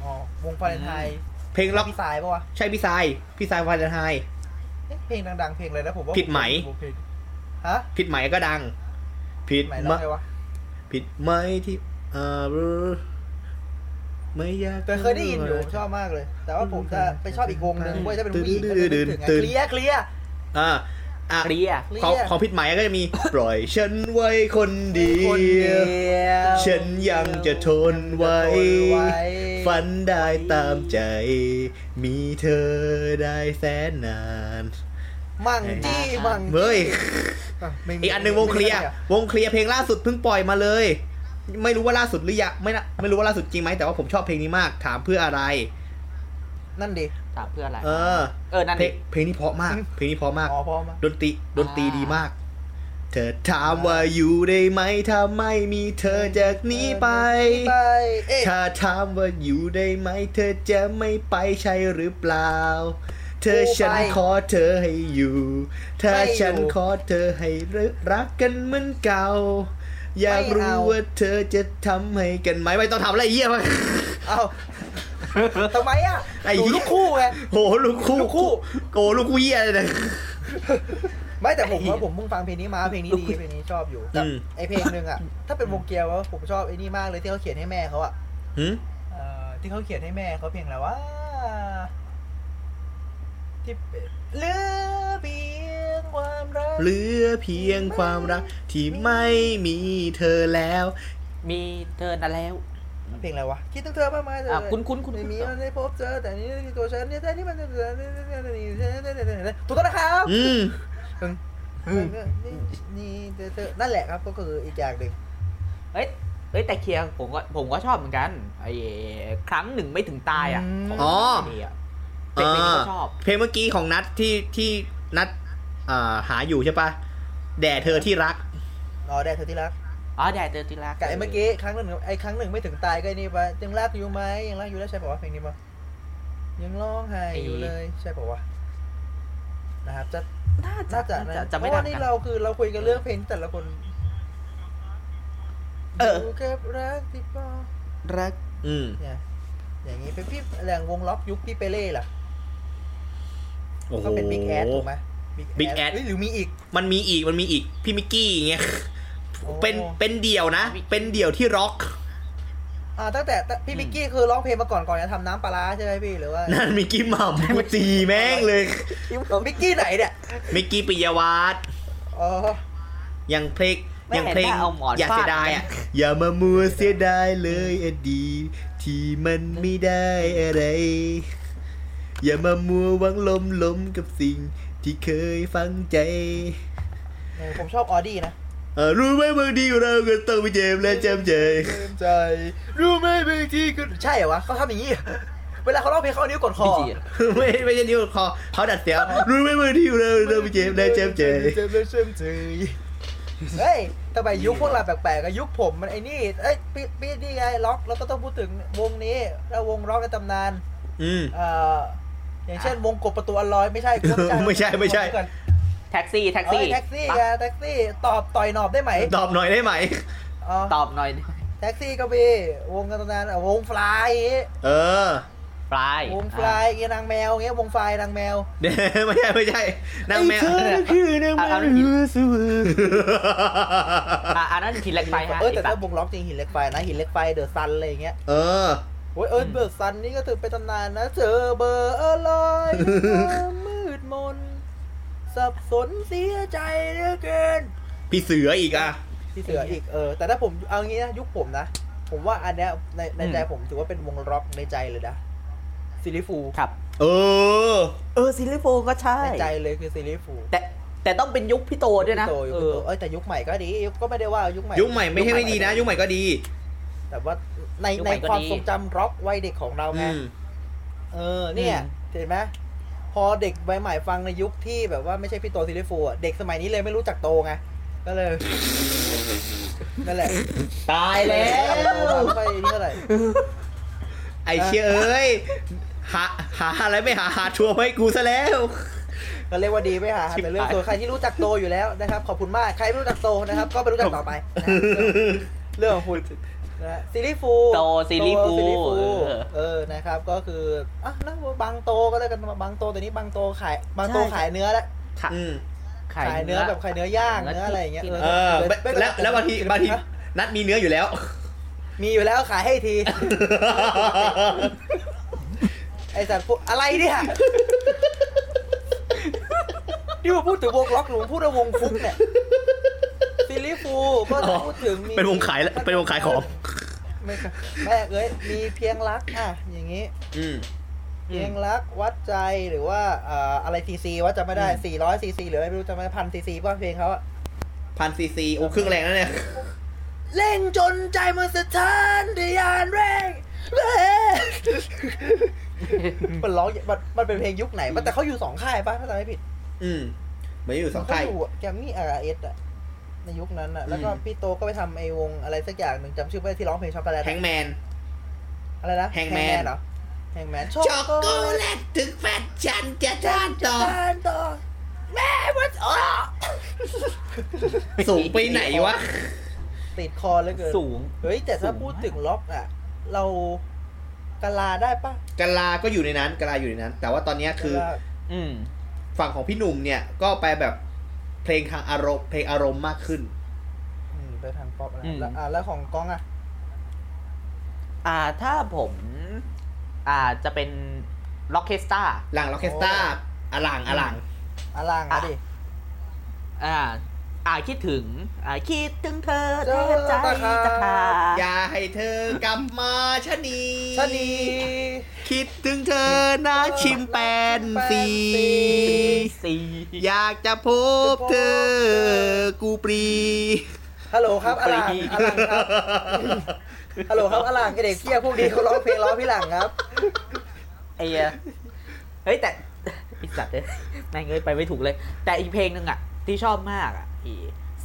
Speaker 3: อ๋อ วงฟาเรนไฮต์
Speaker 2: เพลงล็อก
Speaker 3: พี่สายปะวะ
Speaker 2: ใช่พี่ทรายพี่ทรายฟาเรนไฮ
Speaker 3: เอ๊ะเพลงดังๆ เพลงอะไรนะผมว่า
Speaker 2: ผิดไหม
Speaker 3: ผเคยดูฮะ
Speaker 2: ผิดไหมก็ดัง ผิ
Speaker 3: ผิ
Speaker 2: ด
Speaker 3: ดไหม
Speaker 2: ม
Speaker 3: ร้องไงวะ
Speaker 2: ผิดไหมที่เออไม่อยาก
Speaker 3: แต่เคยได้ยินอยู่ผมชอบมากเลย แต่ว่าผมจะไปชอบอีกวงหนึ่งเว้ยถ้าเป็นผู้หญิงก็จะนึกถึงไงเคลียร์เคลียร์
Speaker 2: อ่าอ่ะ
Speaker 4: เคลียร์
Speaker 3: เคลีย
Speaker 2: ของ
Speaker 3: ร์
Speaker 2: ของผิดหมายก็จะมี ปล่อยฉันไว้คนเดี
Speaker 3: คนเดี
Speaker 2: ยว
Speaker 3: ยว
Speaker 2: ฉันยังจะทนไว้ ฝันได้ตามใจ มีเธอได้แสนนาน
Speaker 3: มั่งจี้มั่งจี้
Speaker 2: เฮ้ย
Speaker 3: ะไม่มี
Speaker 2: อีกอันหนึ่งวงเคลียร์วงเคลียร์เพลงล่าสุดเพิ่งปล่อยมาเลย ไม่รู้ว่าล่าสุดหรือยังไม่น่าไม่รู้ว่าล่าสุดจริงไหมแต่ว่าผมชอบเพลงนี้มาก ถามเพื่ออะไร
Speaker 3: นั่นดิ
Speaker 4: ถามเพื่ออะไร
Speaker 2: เออ
Speaker 4: เออนั่น
Speaker 2: เพล
Speaker 4: ดิ
Speaker 2: งเพลงนี้เพราะมาก
Speaker 3: อืม
Speaker 2: เพลงนี้เพราะมาก
Speaker 3: อ๋อพร้อมะ
Speaker 2: ดนตรีดนตรีดีมาก เธอถามว่าอยู่ได้ไหมถ้าไม่มีเธอจากนี้ไป
Speaker 3: ไปเอ๊ะ
Speaker 2: ถ้าถามว่าอยู่ได้ไหม เธอจะไม่ไปใช่หรือเปล่า เธอฉันขอเธอให้อยู่ ถ้าฉันขอเธอให้รักกันเหมือนเก่า อยากรู้ว่าเธอจะทำให้กันไหมไม่ต้องทำอะไรเยี่ยมาก
Speaker 3: เอ้าทำไมอ่ะ
Speaker 2: ไอ้
Speaker 3: ดู
Speaker 2: เหี้ย
Speaker 3: ลูกคู่ไง
Speaker 2: โอ้โหลูกคู่
Speaker 3: ลูกคู่
Speaker 2: โอ้โหลูกคู่เยี่ยเลยนะ
Speaker 3: ไม่แต่ผม
Speaker 4: ไอ้เหี้ย
Speaker 3: ว่าผมเพิ่งฟังเพลงนี้มาเพลงนี้ดีเพลงนี้ชอบอยู่
Speaker 2: อืม
Speaker 3: ไอเพลงหนึ่งอ่ะถ้าเป็นวงเกียวว่าผมชอบไอ้นี่มากเลยที่เขาเขียนให้แม่เขาอ่ะ
Speaker 2: หืม
Speaker 3: เอ่อที่เขาเขียนให้แม่เขาเพลงอะไรวะที่เป็นเหลือเพียงความรัก
Speaker 2: เหลือเพียงความรัก ที่ไม่มีเธอแล้ว
Speaker 4: มีเธอนั่นแล้ว
Speaker 3: เพลงอะไรวะคิดถึงเธอมากมายเลย
Speaker 4: อ่ะคุ้นๆคุ้นๆ
Speaker 3: ไม่มีวันได้พบเจอแต่นี่คือตัวฉันเนี่ยแต่นี่มันตัวฉันเนี่ยแต่นี่ถูกต้องนะครับ
Speaker 2: อืม
Speaker 3: นี่นี่เธอเธอนั่นแหละครับก็คืออีกอย่างหนึ่ง
Speaker 4: เอ้ยเอ้ยแต่เคลียร์ผมก็ผมก็ชอบเหมือนกันไอ้ครั้งหนึ่งไม่ถึงตายอ่ะ
Speaker 3: อืม
Speaker 4: ของ
Speaker 2: อ๋อ
Speaker 4: เดียเป็นเพลงที่เขาชอบ
Speaker 2: เพลงเมื่อกี้ของนัทที่ที่นัทอ่าหาอยู่ใช่ปะแด่เธอที่รัก
Speaker 3: รอได้เธอที่รัก
Speaker 4: อ๋อแดดเจอทีละ
Speaker 3: กับไอ้เมื่อกี้ครั้งหนึ่งไอ้ครั้งหนึ่งไม่ถึงตายก็ไอ้นี่ปะยังรักอยู่ไหมยังรักอยู่แล้วใช่ปะวะเพลงนี้ปะยังร้องไห้อยู่เลยใช่ปะวะนะครับจะ
Speaker 4: น่าจะ
Speaker 3: น่าจะ
Speaker 4: น่า
Speaker 3: นะ
Speaker 4: จะจะ
Speaker 3: เพ
Speaker 4: ไม่
Speaker 3: ราะ
Speaker 4: ดั
Speaker 3: ว่าง นี่
Speaker 4: กัน
Speaker 3: เราคือเราคุยกันเรื่องเพลงแต่ละคน
Speaker 4: เออ
Speaker 3: ยู่กับรักที่ปอ
Speaker 2: รัก อืม
Speaker 3: เนี่ยอย่างนี้เป็นพี่แรงวงล็อกยุคพี่เปเล่ล่ะ
Speaker 2: โอ้โห
Speaker 3: ก็เป็นบิ๊กแอดถูกไหม
Speaker 2: Big Ass
Speaker 3: เอ้ยหรือมีอีก
Speaker 2: มันมีอีกมันมีอีกพี่มิกกี้อย่างเงี้ย
Speaker 3: โอ้
Speaker 2: เป็นเป็นเดี่ยวนะ เป็นเดี่ยวที่ร็อก
Speaker 3: อ่าตั้งแต่ตั้งพี่มิกกี้คือร้องเพลงมาก่อนก่อนจะทำน้ำปลาร้าใช่ไหมพี่หรือว่า
Speaker 2: นั่นมิกกี้หม่ำกูตีแม่งเลย
Speaker 3: มิกกี้ไหนเนี่ย
Speaker 2: มิกกี้ปิยวัฒน์
Speaker 3: อ๋อ
Speaker 2: อย่างเพลง
Speaker 4: ไม่
Speaker 2: อย่าง
Speaker 4: เห็น
Speaker 2: เพลง
Speaker 4: หน้าเอาหมอน
Speaker 2: อย่า
Speaker 4: ฟาด
Speaker 2: เสียดายอ่ะอย่ามามัวเสียดายเลยอดีตที่มันไม่ได้อะไร อย่ามามัวหวังลมลมกับสิ่งที่เคยฟังใจ
Speaker 3: ผมชอบออดี้นะ
Speaker 2: เออรู้ไหมบางทีเราก็ต้องไปเจ็บและจำใจ
Speaker 3: ใจ รู้ไหมบางทีก็ใช่เหรอวะเขาทำอย่างนี้ เวลาเขาร้องเพลงเขาเอานิ้วกดคอ
Speaker 4: พี่จีอะ
Speaker 2: ไม่ไม่ใช่นิ้วคอเขาดัดเสียงรู้ไหมบางทีเราต้องไปเจ็บและจำใจ
Speaker 3: เจ็บและเจ็บใจเฮ้ยทำไมยุคพวกเราแปลกๆอะยุคผมมันไอ้นี่ เอ้ยปีปีนี่ไงล็อกเราก็ต้องพูดถึงวงนี้ แล้ววงล็อกในตำนาน
Speaker 2: อืม
Speaker 3: เอ่อ อย่างเช่นวงกบประตูอันลอยไม่ใช่กูว่า
Speaker 2: ไม่ใช่ไม่ใช่
Speaker 3: ก่อน
Speaker 4: แท็กซี่แท็ก
Speaker 3: เอ้
Speaker 4: ซี่
Speaker 3: ยแท็กซี่ไงแท็กซี่ ตอบต่อยหนอบได้ไหม
Speaker 2: ตอบหน่อยได้ไหม
Speaker 3: อ๋อ
Speaker 4: ตอบหน่อย
Speaker 3: แท็กซี่ก็มีวงกันตำนานอ่ะวงฟลายอย่างงี้
Speaker 2: เออ
Speaker 4: ปลายว
Speaker 3: งฟลายอย่างงี้นางแมวอย่างเงี้ยวงฟลายนางแมว
Speaker 2: เดี๋ยว ไม่ใช่ไม่ใช่นางแมว
Speaker 1: คือนางแมวเรือสวรรค์
Speaker 4: อ่ะอันนั้นหินเหล็กไฟฮะ
Speaker 3: เออแต่
Speaker 4: ไอ้
Speaker 3: ถ้า
Speaker 4: สัตว์
Speaker 3: วงล็อกจริงหินเหล็กไฟนะหินเหล็กไฟเดอะซันอะไรอย่างเงี้ย
Speaker 2: เออ
Speaker 3: โอ้ยเอิร์ธเบิร์ดซันนี่ก็ถือเป็นตำนานนะเธอเบอร์อะไรความมืดมน สับสนเสียใจเหลือเกิน
Speaker 2: พี่เสืออีกอ่ะ
Speaker 3: ที่เสืออีกเออ แต่ถ้าผมเอางี้นะยุคผมนะ ผมว่าอันเนี้ยในในใจผมถือว่าเป็นวงล็อกในใจเลยนะซิลิฟู
Speaker 4: ครับ
Speaker 2: เออ
Speaker 4: เออซิลิโฟก็ใช่
Speaker 3: ในใจเลยคือซิลิฟู
Speaker 4: แต่แต่ต้องเป็นยุคพี่โตด้วยนะ
Speaker 3: โตยุค
Speaker 4: เอ
Speaker 3: โต
Speaker 4: อ
Speaker 3: เอ้ยแต่ยุคใหม่ก็ดียุคก็ไม่ได้ว่ายุคใหม่
Speaker 2: ยุคใหม่ไม่ใช่ไม่ดีนะ ยุคใหม่ก็ดี
Speaker 3: แต่ว่าใน
Speaker 4: ยุ
Speaker 3: ใน
Speaker 4: คใหม่ก็
Speaker 3: ความ
Speaker 4: ดี
Speaker 3: ทรงจำร็อกวัยเด็กของเราไง
Speaker 2: อืม
Speaker 3: เออเนี่ย
Speaker 4: อืม
Speaker 3: เห็นไหมพอเด็กใบใหม่ฟังในยุคที่แบบว่าไม่ใช่พี่โตซิลิฟูอ่ะเด็กสมัยนี้เลยไม่รู้จักโตไงก็เลย นั่นแหละ
Speaker 2: ตายแล้
Speaker 3: ไม่ค่อยนี่เท่าไหร่
Speaker 2: ไอเชี่ยเอ้ย หาหาอะไรไม่หาหาทัวร์ไว้กูซะแล้ว
Speaker 3: ก็เรียกว่าดีไม่หาแต่เรื่องส่วนใครที่รู้จักโตอยู่แล้วนะครับ ขอบคุณมากใครไม่รู้จักโตนะครับ ก็ไปรู้จักต่อไปนะครับเรื่องของคุณนะฮะซิลิฟู
Speaker 4: โตซิลิฟู
Speaker 3: โตซิลิฟู
Speaker 4: เออ
Speaker 3: เออนะครับ ก็คืออ่ะแล้วบางโตก็แล้วกันบางโตแต่นี้บางโตขายบางโต
Speaker 4: ใช่
Speaker 3: ขายเนื้อแล้ว
Speaker 2: อืม
Speaker 3: ขายเนื้อแบบขายเนื้อย่างเนื้ออะไรอย่างเงี้ย
Speaker 4: กิน
Speaker 2: เออ
Speaker 3: ไม่ไม่
Speaker 2: แล้วแล้วบางทีบางที
Speaker 3: นะ
Speaker 2: นัดมีเนื้ออยู่แล้ว
Speaker 3: มีอยู่แล้วขายให้ที ไอสัตว์พวกอะไรเนี่ยนี่ผมพูดถึงวงล็อกหรือผมพูดถึงวงฟุกเนี่ยซิลิฟูก็
Speaker 2: อ๋อ
Speaker 3: พูดถึงมี
Speaker 2: เป็นวงขายแล้วเป็นวงขายของ
Speaker 3: ไม่ครับแม่เอ้ยมีเพียงรักอ่ะอย่างงี้
Speaker 2: อืม
Speaker 3: เพียงรักวัดใจหรือว่าเอ่ออะไรซีซีว่าจะไม่ได้400ซีซีหรืออะไรไม่รู้จะไม่ได้พันซีซีป่ะเพลงเขาอะ
Speaker 2: พันซีซีโอ้ครึ่งแรงแล้วเนี่ย
Speaker 3: เร่งจนใจมันสะท้านทะยานเร่งเร่ง มันร้องอย่างมันมันเป็นเพลงยุคไหนมันแต่เขาอยู่สองค่ายป่ะถ้าจำไม่ผิด
Speaker 2: อืมเหมือนอยู่สอง
Speaker 3: เขา
Speaker 2: ค่าย
Speaker 3: อยู่แกมมี่อาร์เอสอะในยุคนั้นอะแล้วก็
Speaker 2: อืม
Speaker 3: พี่โตก็ไปทำไอ้วงอะไรสักอย่างหนึ่งจำชื่อไม่ได้ที่ร้องเพลงช็อกโกแลต
Speaker 2: แฮงแมน
Speaker 3: อะไรนะ
Speaker 2: Hangman
Speaker 3: Hangman เหรอแฮงแมน
Speaker 2: ช็อกโกแลตถึงแฟนฉันจะทานต่อ
Speaker 3: ทานต่อแม่มันออก
Speaker 2: สูงไปไหนวะ
Speaker 3: ติดคอเหลยเกิน
Speaker 4: สูง
Speaker 3: เฮ้ยแต่ถ้าพูดถึงล็อกอะเรากะลาได้ป่ะ
Speaker 2: กะลา ก็อยู่ในนั้นกะลาอยู่ในนั้น แต่ว่าตอนเนี้ยคือก
Speaker 3: ะลา
Speaker 4: อืม
Speaker 2: ฝั่งของพี่หนุ่มเนี่ยก็ไปแบบเพลงทางอารมณ์เพลงอารมณ์มากขึ้น
Speaker 3: อืมไปทางป๊อปนะ
Speaker 4: อืม
Speaker 3: แล้วอ่าแล้วของกล้องอ่ะ
Speaker 4: อ่าถ้าผม อ่าจะเป็นล็อกเคสตา
Speaker 2: หลังล็อกเคสตราอลังอลัง
Speaker 3: อลังอ่ะดิ
Speaker 4: อ่า อ่าคิดถึง อ่าคิดถึงเธอแทบใจจะขา
Speaker 2: อ
Speaker 4: ด
Speaker 2: ย่าให้เธอกลับมาชะนี
Speaker 3: ชะนี
Speaker 2: คิดถึงเธอนะชิมแปนสี
Speaker 4: สี่
Speaker 2: อยากจะพบเธอ กูปรี
Speaker 3: ฮัลโหลครับอลังอลังครับ ฮัลโหลครับอลังไอเด็กเกี้ยพวกนี้เขาร้องเพลงร้องพี่หลังครับ
Speaker 4: ไอ้เหี้ยเฮ้ยแต่ ไอีสัตว์เลยแม่งเอ้ยไปไม่ถูกเลย แต่อีกเพลงหนึ่งอ่ะ ที่ชอบมากอ่ะอี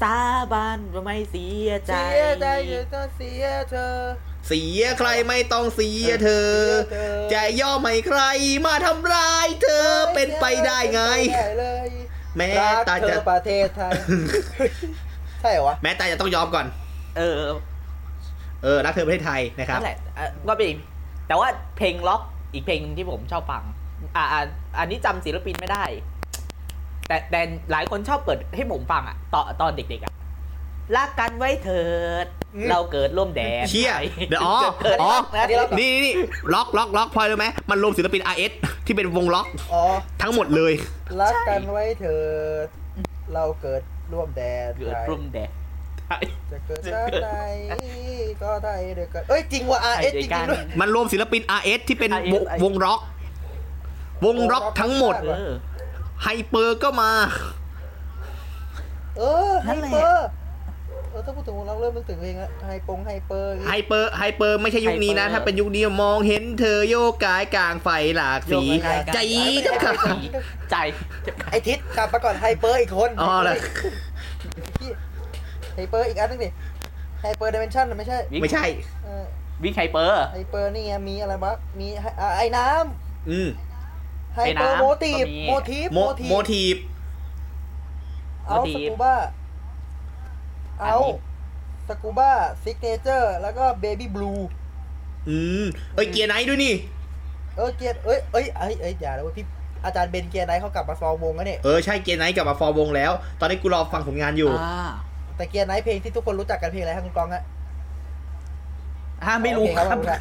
Speaker 4: สาบานว่าไม่เสียใจ
Speaker 3: เสียใจอยู่ต้องเสียเธอ
Speaker 2: เสียใครไม่ต้องเสียเธอ
Speaker 3: เออ
Speaker 2: ใจย่อไม่ใครมาทำร้ายเธอเป็นไปได้ไง
Speaker 3: เป็นปด้เลย
Speaker 2: แม้
Speaker 3: รัก
Speaker 2: ตา
Speaker 3: เธ
Speaker 2: จะ
Speaker 3: อประเทศไท ย ใช่เหรอวะ
Speaker 2: แม้ตาจะต้องยอมก่อน
Speaker 4: เออ
Speaker 2: เออ รักเธอประเทศไทยนะครับ
Speaker 4: นั่นแหละอ่ะก็เป็นอีกแต่ว่าเพลงล็อกอีกเพลงหนึ่งที่ผมชอบฟัง อ่าอ่าอันนี้จำศิลปินไม่ได้ แต่แต่หลายคนชอบเปิดให้ผมฟังอ่ะตอนตอนเด็กๆอ่ะรักกันไว้เถิด
Speaker 3: อืม
Speaker 4: เราเกิดร่วมแดน
Speaker 2: เชี่ย
Speaker 4: ไท
Speaker 2: เดี๋ยวอ๋อ
Speaker 4: เกิด
Speaker 2: อ๋อ
Speaker 4: นะที่เรา
Speaker 2: นี่นี่นี่ล็อกล็อกล็อกพลอยรู้ไหมมันรวมศิลปิน RS ที่เป็นวงล็อก
Speaker 3: อ๋อ
Speaker 2: ทั้งหมดเลย
Speaker 3: รักกันไว้เถิดเราเกิดร่วมแดน
Speaker 4: เกิดร่วมแดนไท
Speaker 3: จะเกิดชาติไหนก็ได้เดียวกันเอ้ยจริงว่ะอ่ะเอ๊ะจริงๆด้วย
Speaker 2: มันรวมศิลปิน RS ที่เป็น
Speaker 4: RS
Speaker 2: วงวงร็อก วงร็อกทั้งหมด
Speaker 3: เอ
Speaker 4: เออ
Speaker 2: ไฮเปอร์ก็มา
Speaker 3: เออไฮ
Speaker 4: นั่นแหละ
Speaker 3: เปอร์เออถ้าพูดถึงวงล็อกเริ่มนึกถึงเพลงละไฮปงไฮเปอร์อย่างงี้
Speaker 2: ไฮเปอร์ไฮเปอร์ไม่ใช่ยุคนี้นะ
Speaker 4: ไฮเปอร์
Speaker 2: ถ้าเป็นยุคนี้มองเห็นเธอโยกกายกลางไฟหลากสี
Speaker 4: โยกกายกลางไฟ
Speaker 2: ใจเจ้าค่ะ
Speaker 4: ใจ
Speaker 3: ไอทิศกลับมาก่อนไฮเปอร์อีกคน
Speaker 2: อ๋อเหรอ
Speaker 3: ไฮเปอร์อีกอันนึงดิไฮเปอร์ดิเมนชั่นะไม่ใช่
Speaker 4: วิก
Speaker 2: ไม่ใช่
Speaker 3: เออ
Speaker 4: วิกไฮเปอร์
Speaker 3: ไฮเปอร์นี่ไงมีอะไรบ้างมีไฮอ่ะไอ้น้
Speaker 2: อืม
Speaker 3: ำไฮ
Speaker 4: ไอ้
Speaker 3: เปอร์
Speaker 4: น้ำ
Speaker 3: โมทีฟ
Speaker 4: ก็มี
Speaker 3: โมทีฟ
Speaker 2: โมโมทีฟ
Speaker 3: เอาส
Speaker 4: motif
Speaker 3: กูบ้าเอา
Speaker 4: อันนี้
Speaker 3: สกูบ้าซิกเนเจอร์แล้วก็เบบี้บลู
Speaker 2: อืมเอ้ยเกียร์ไนท์ด้วยนี่
Speaker 3: เออเกียร์เอ้ยเอ้ยเอ้ยเอ้ยอย่าเลยเว้ยพี่อาจารย์เบนเกียร์ไนท์เขากลับมาฟอร์มวงแล้วเนี่ย
Speaker 2: เออ ใช่เกียร์ไนท์กลับมาฟอร์วงแล้ว ตอนนี้กูรอฟังผลงานอยู่
Speaker 4: อ่า
Speaker 3: แต่เกียร์ไนท์เพลงที่ทุกคนรู้จักกันเพลงอะไรครับคุณกองฮะ
Speaker 4: อ่าไม่รู้
Speaker 3: โอเคค
Speaker 4: ครั
Speaker 3: รับบ ผมครับ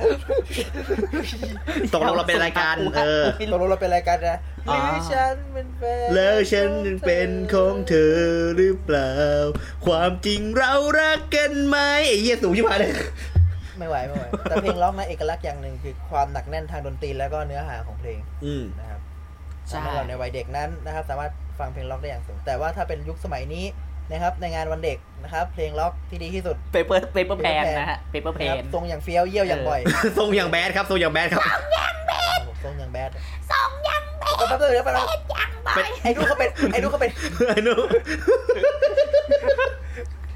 Speaker 2: ตกลงเราเป็นรายการเออ
Speaker 3: ตกลงเราเป็นรายการนะห
Speaker 4: อ่า
Speaker 3: รือฉันเป็นแฟน
Speaker 2: แล้วฉันเป็นของเธอหรือเปล่า ความจริงเรารักกันไหมไอ้เหี้ยสูงชิบหายเลย
Speaker 3: ไม่ไหวไม่ไหวแต่เพลงร้องนะเอกลักษณ์อย่างหนึ่งคือความหนักแน่นทางดนตรีแล้วก็เนื้อหาของเพลง
Speaker 2: อืม
Speaker 3: นะครับ
Speaker 4: ใช่
Speaker 3: สำหรับเราในวัยเด็กนั้นนะครับ สามารถฟังเพลงร็อกได้อย่างสูง แต่ว่าถ้าเป็นยุคสมัยนี้นะครับในงานวันเด็กนะครับ เพลงร็อกที่ดีที่สุด
Speaker 4: เปเปอร์เปเปอร์แพนนะฮะเปเปอร์แพ
Speaker 3: นะครับ
Speaker 4: น
Speaker 3: ทรงอย่างเฟี้ยวเยี่ยวอย่างบ่อย
Speaker 2: ทรงอย่างแบดครับทรงอย่างแบดครับ
Speaker 3: ครับผมทรงอย่างแบดทรงยังแบดแป๊บเดียวแป๊บเดียว
Speaker 2: เป็น
Speaker 3: ไอ้ดูนเขาเป็น ไอ้ดูนเขาเป็น
Speaker 2: ไอ้หนุ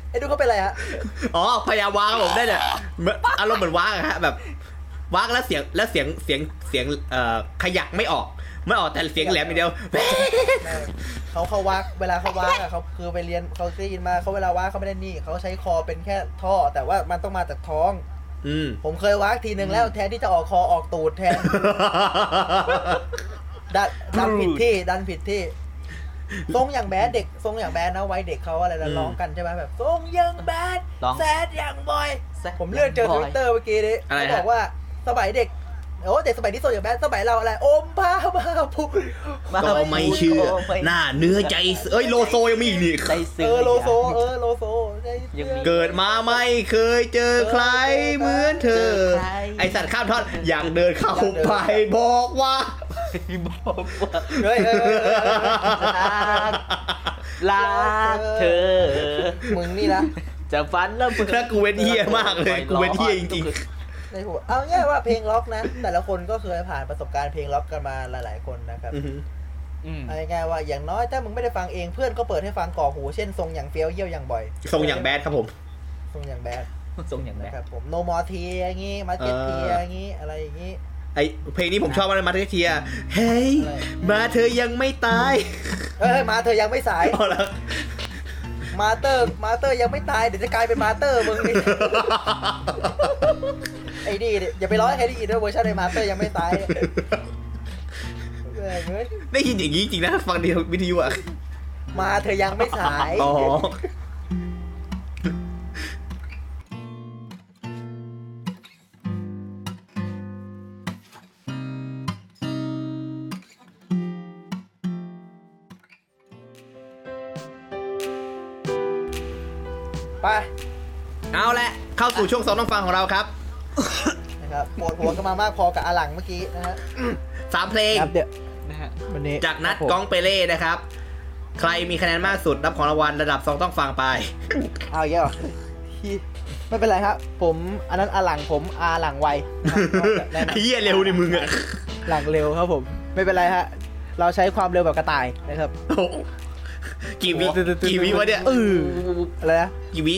Speaker 3: ไอ้ดูนเขาเป็นอะไรฮะ
Speaker 2: อ๋อพยายามวางครับผมได้เนี่ยเหมือนอารมณ์เหมือนวางอะฮะแบบวางแล้วเสียงแล้วเสียงเสียงเสียงเอ่อขยักไม่ออก ไม่ออกแต่เสียงแหลมอย่างเดียว
Speaker 3: เขาเขาวักเวลาเขาวักอะเขาคือไปเรียนเขาได้ยินมาเขาเวลาวักเขาไม่ได้นี่เขาใช้คอเป็นแค่ท่อ แต่ว่ามันต้องมาจากท้อง
Speaker 2: อืม
Speaker 3: ผมเคยวักทีหนึ่งแล้วแทนที่จะออกคอออกตูดแทน ดันดันผิดที่ดันผิดที่ ทรงอย่างแบดเด็กทรงอย่างแบดนะไว้เด็กเขาอะไรนะ
Speaker 2: อืม
Speaker 3: ร้องกันใช่ไหมแบบทรงอย่างแบด
Speaker 4: ร้อง
Speaker 3: แซดอย่างบอย ผมเลื่อนเจอทวิตเตอร์เมื่อกี้นี้
Speaker 2: อะไรฮะ
Speaker 3: เขาบอกว่าสมัยเด็กโอ้แต่สมัยที่โซอย่างแบดสมัยเราอะไรโอมบ้าบ้าปุ๊บ
Speaker 2: ก็ไม่เชื่อ หน้าเนื้อใจเอ้ยโลโซยังมีอีกนี่
Speaker 4: ใจซึ้ง
Speaker 3: เออโลโซเออโลโซได้
Speaker 4: ยังมี
Speaker 2: เกิดมาไม่เคยเจอใครเหมือนเธอ
Speaker 4: เจอใคร
Speaker 2: ไอสัตว์ข้ามทอดอยากเดินเข้าไปบอกว่า
Speaker 4: บอกว่า
Speaker 3: เฮ้ยเฮ้ยเฮ้ยเฮ้ย
Speaker 4: รักเธอ
Speaker 3: มึงนี่นะ
Speaker 4: จะฟันแล้วมึง
Speaker 2: ถ้ากูเว้นเหี้ยมากเลยกูเว้นเหี้ยจริงๆ
Speaker 3: ในหัวเอาง่ายว่าเพลงล็อกนะ แต่ละคนก็เคยผ่านประสบการณ์เพลงล็อกกันมาหลาย ๆ คนนะครับ
Speaker 2: อือหือ
Speaker 4: อืม
Speaker 3: เอาง่ายๆว่าอย่างน้อยถ้ามึงไม่ได้ฟังเองเพื่อนก็เปิดให้ฟังก่อหูเช่นทรงอย่างเฟี้ยวเยี่ยวอย่างบ่อย
Speaker 2: ทรงอย่างแบดครับผม
Speaker 3: ทรงอย่างแบด
Speaker 4: ทรงอย่างแบ
Speaker 3: นะ
Speaker 4: บ
Speaker 3: ครับผมโนมอทีอย่างงี้มาเก็ตทีอย่างงี้อะไรอย่างงี้
Speaker 2: ไอเพลงนี้ผมชอบมากเลยมาเธอเทียเฮ้ย มาเธอยังไม่ตาย
Speaker 3: เอ้ยมาเธอยังไม่สาย
Speaker 2: พอแล้ว
Speaker 3: มาเตอร์ มาเตอร์ยังไม่ตาย เดี๋ยวจะกลายเป็นมาเตอร์มึงนี่ ไอ้นี่ดิอย่าไปร้องให้ใครได้ยินด้วยเวอร์ชันในมาเตอร์ยังไม่ตายเนี่ยเออเว้ย
Speaker 2: ได้ยินอย่างนี้จริงนะ ฟังในวิทยุอ่ะ
Speaker 3: มาเธอยังไม่สาย
Speaker 2: อ๋อ
Speaker 3: ไป
Speaker 2: เอาละเข้าสู่ช่วงสองต้องฟังของเราครับ
Speaker 3: นะครับปวดหัวกันมามากพอกับอาหลังเมื่อกี้นะฮะ
Speaker 2: สามเพลง
Speaker 3: ครับเดี๋ยว
Speaker 4: นะฮะ
Speaker 3: วันนี้
Speaker 2: จากนัดก้องเปเล่นะครับ ใครมีคะแนนมากสุดรับของรางวัลระดับสองต้องฟังไป
Speaker 3: เอาเยอะไม่เป็นไรครับ ผมอันนั้นอาหลังผมอาหลังไวนะครับ
Speaker 2: ไอ้เหี้ยเร็วดิมึงอะ
Speaker 3: หลังเร็วครับผม ไม่เป็นไรฮะเราใช้ความเร็วแบบกระต่ายนะครับ
Speaker 2: โอ้โหกี่วิกี่วิวะเนี่ย
Speaker 3: เอออะไรนะ
Speaker 2: กี่วิ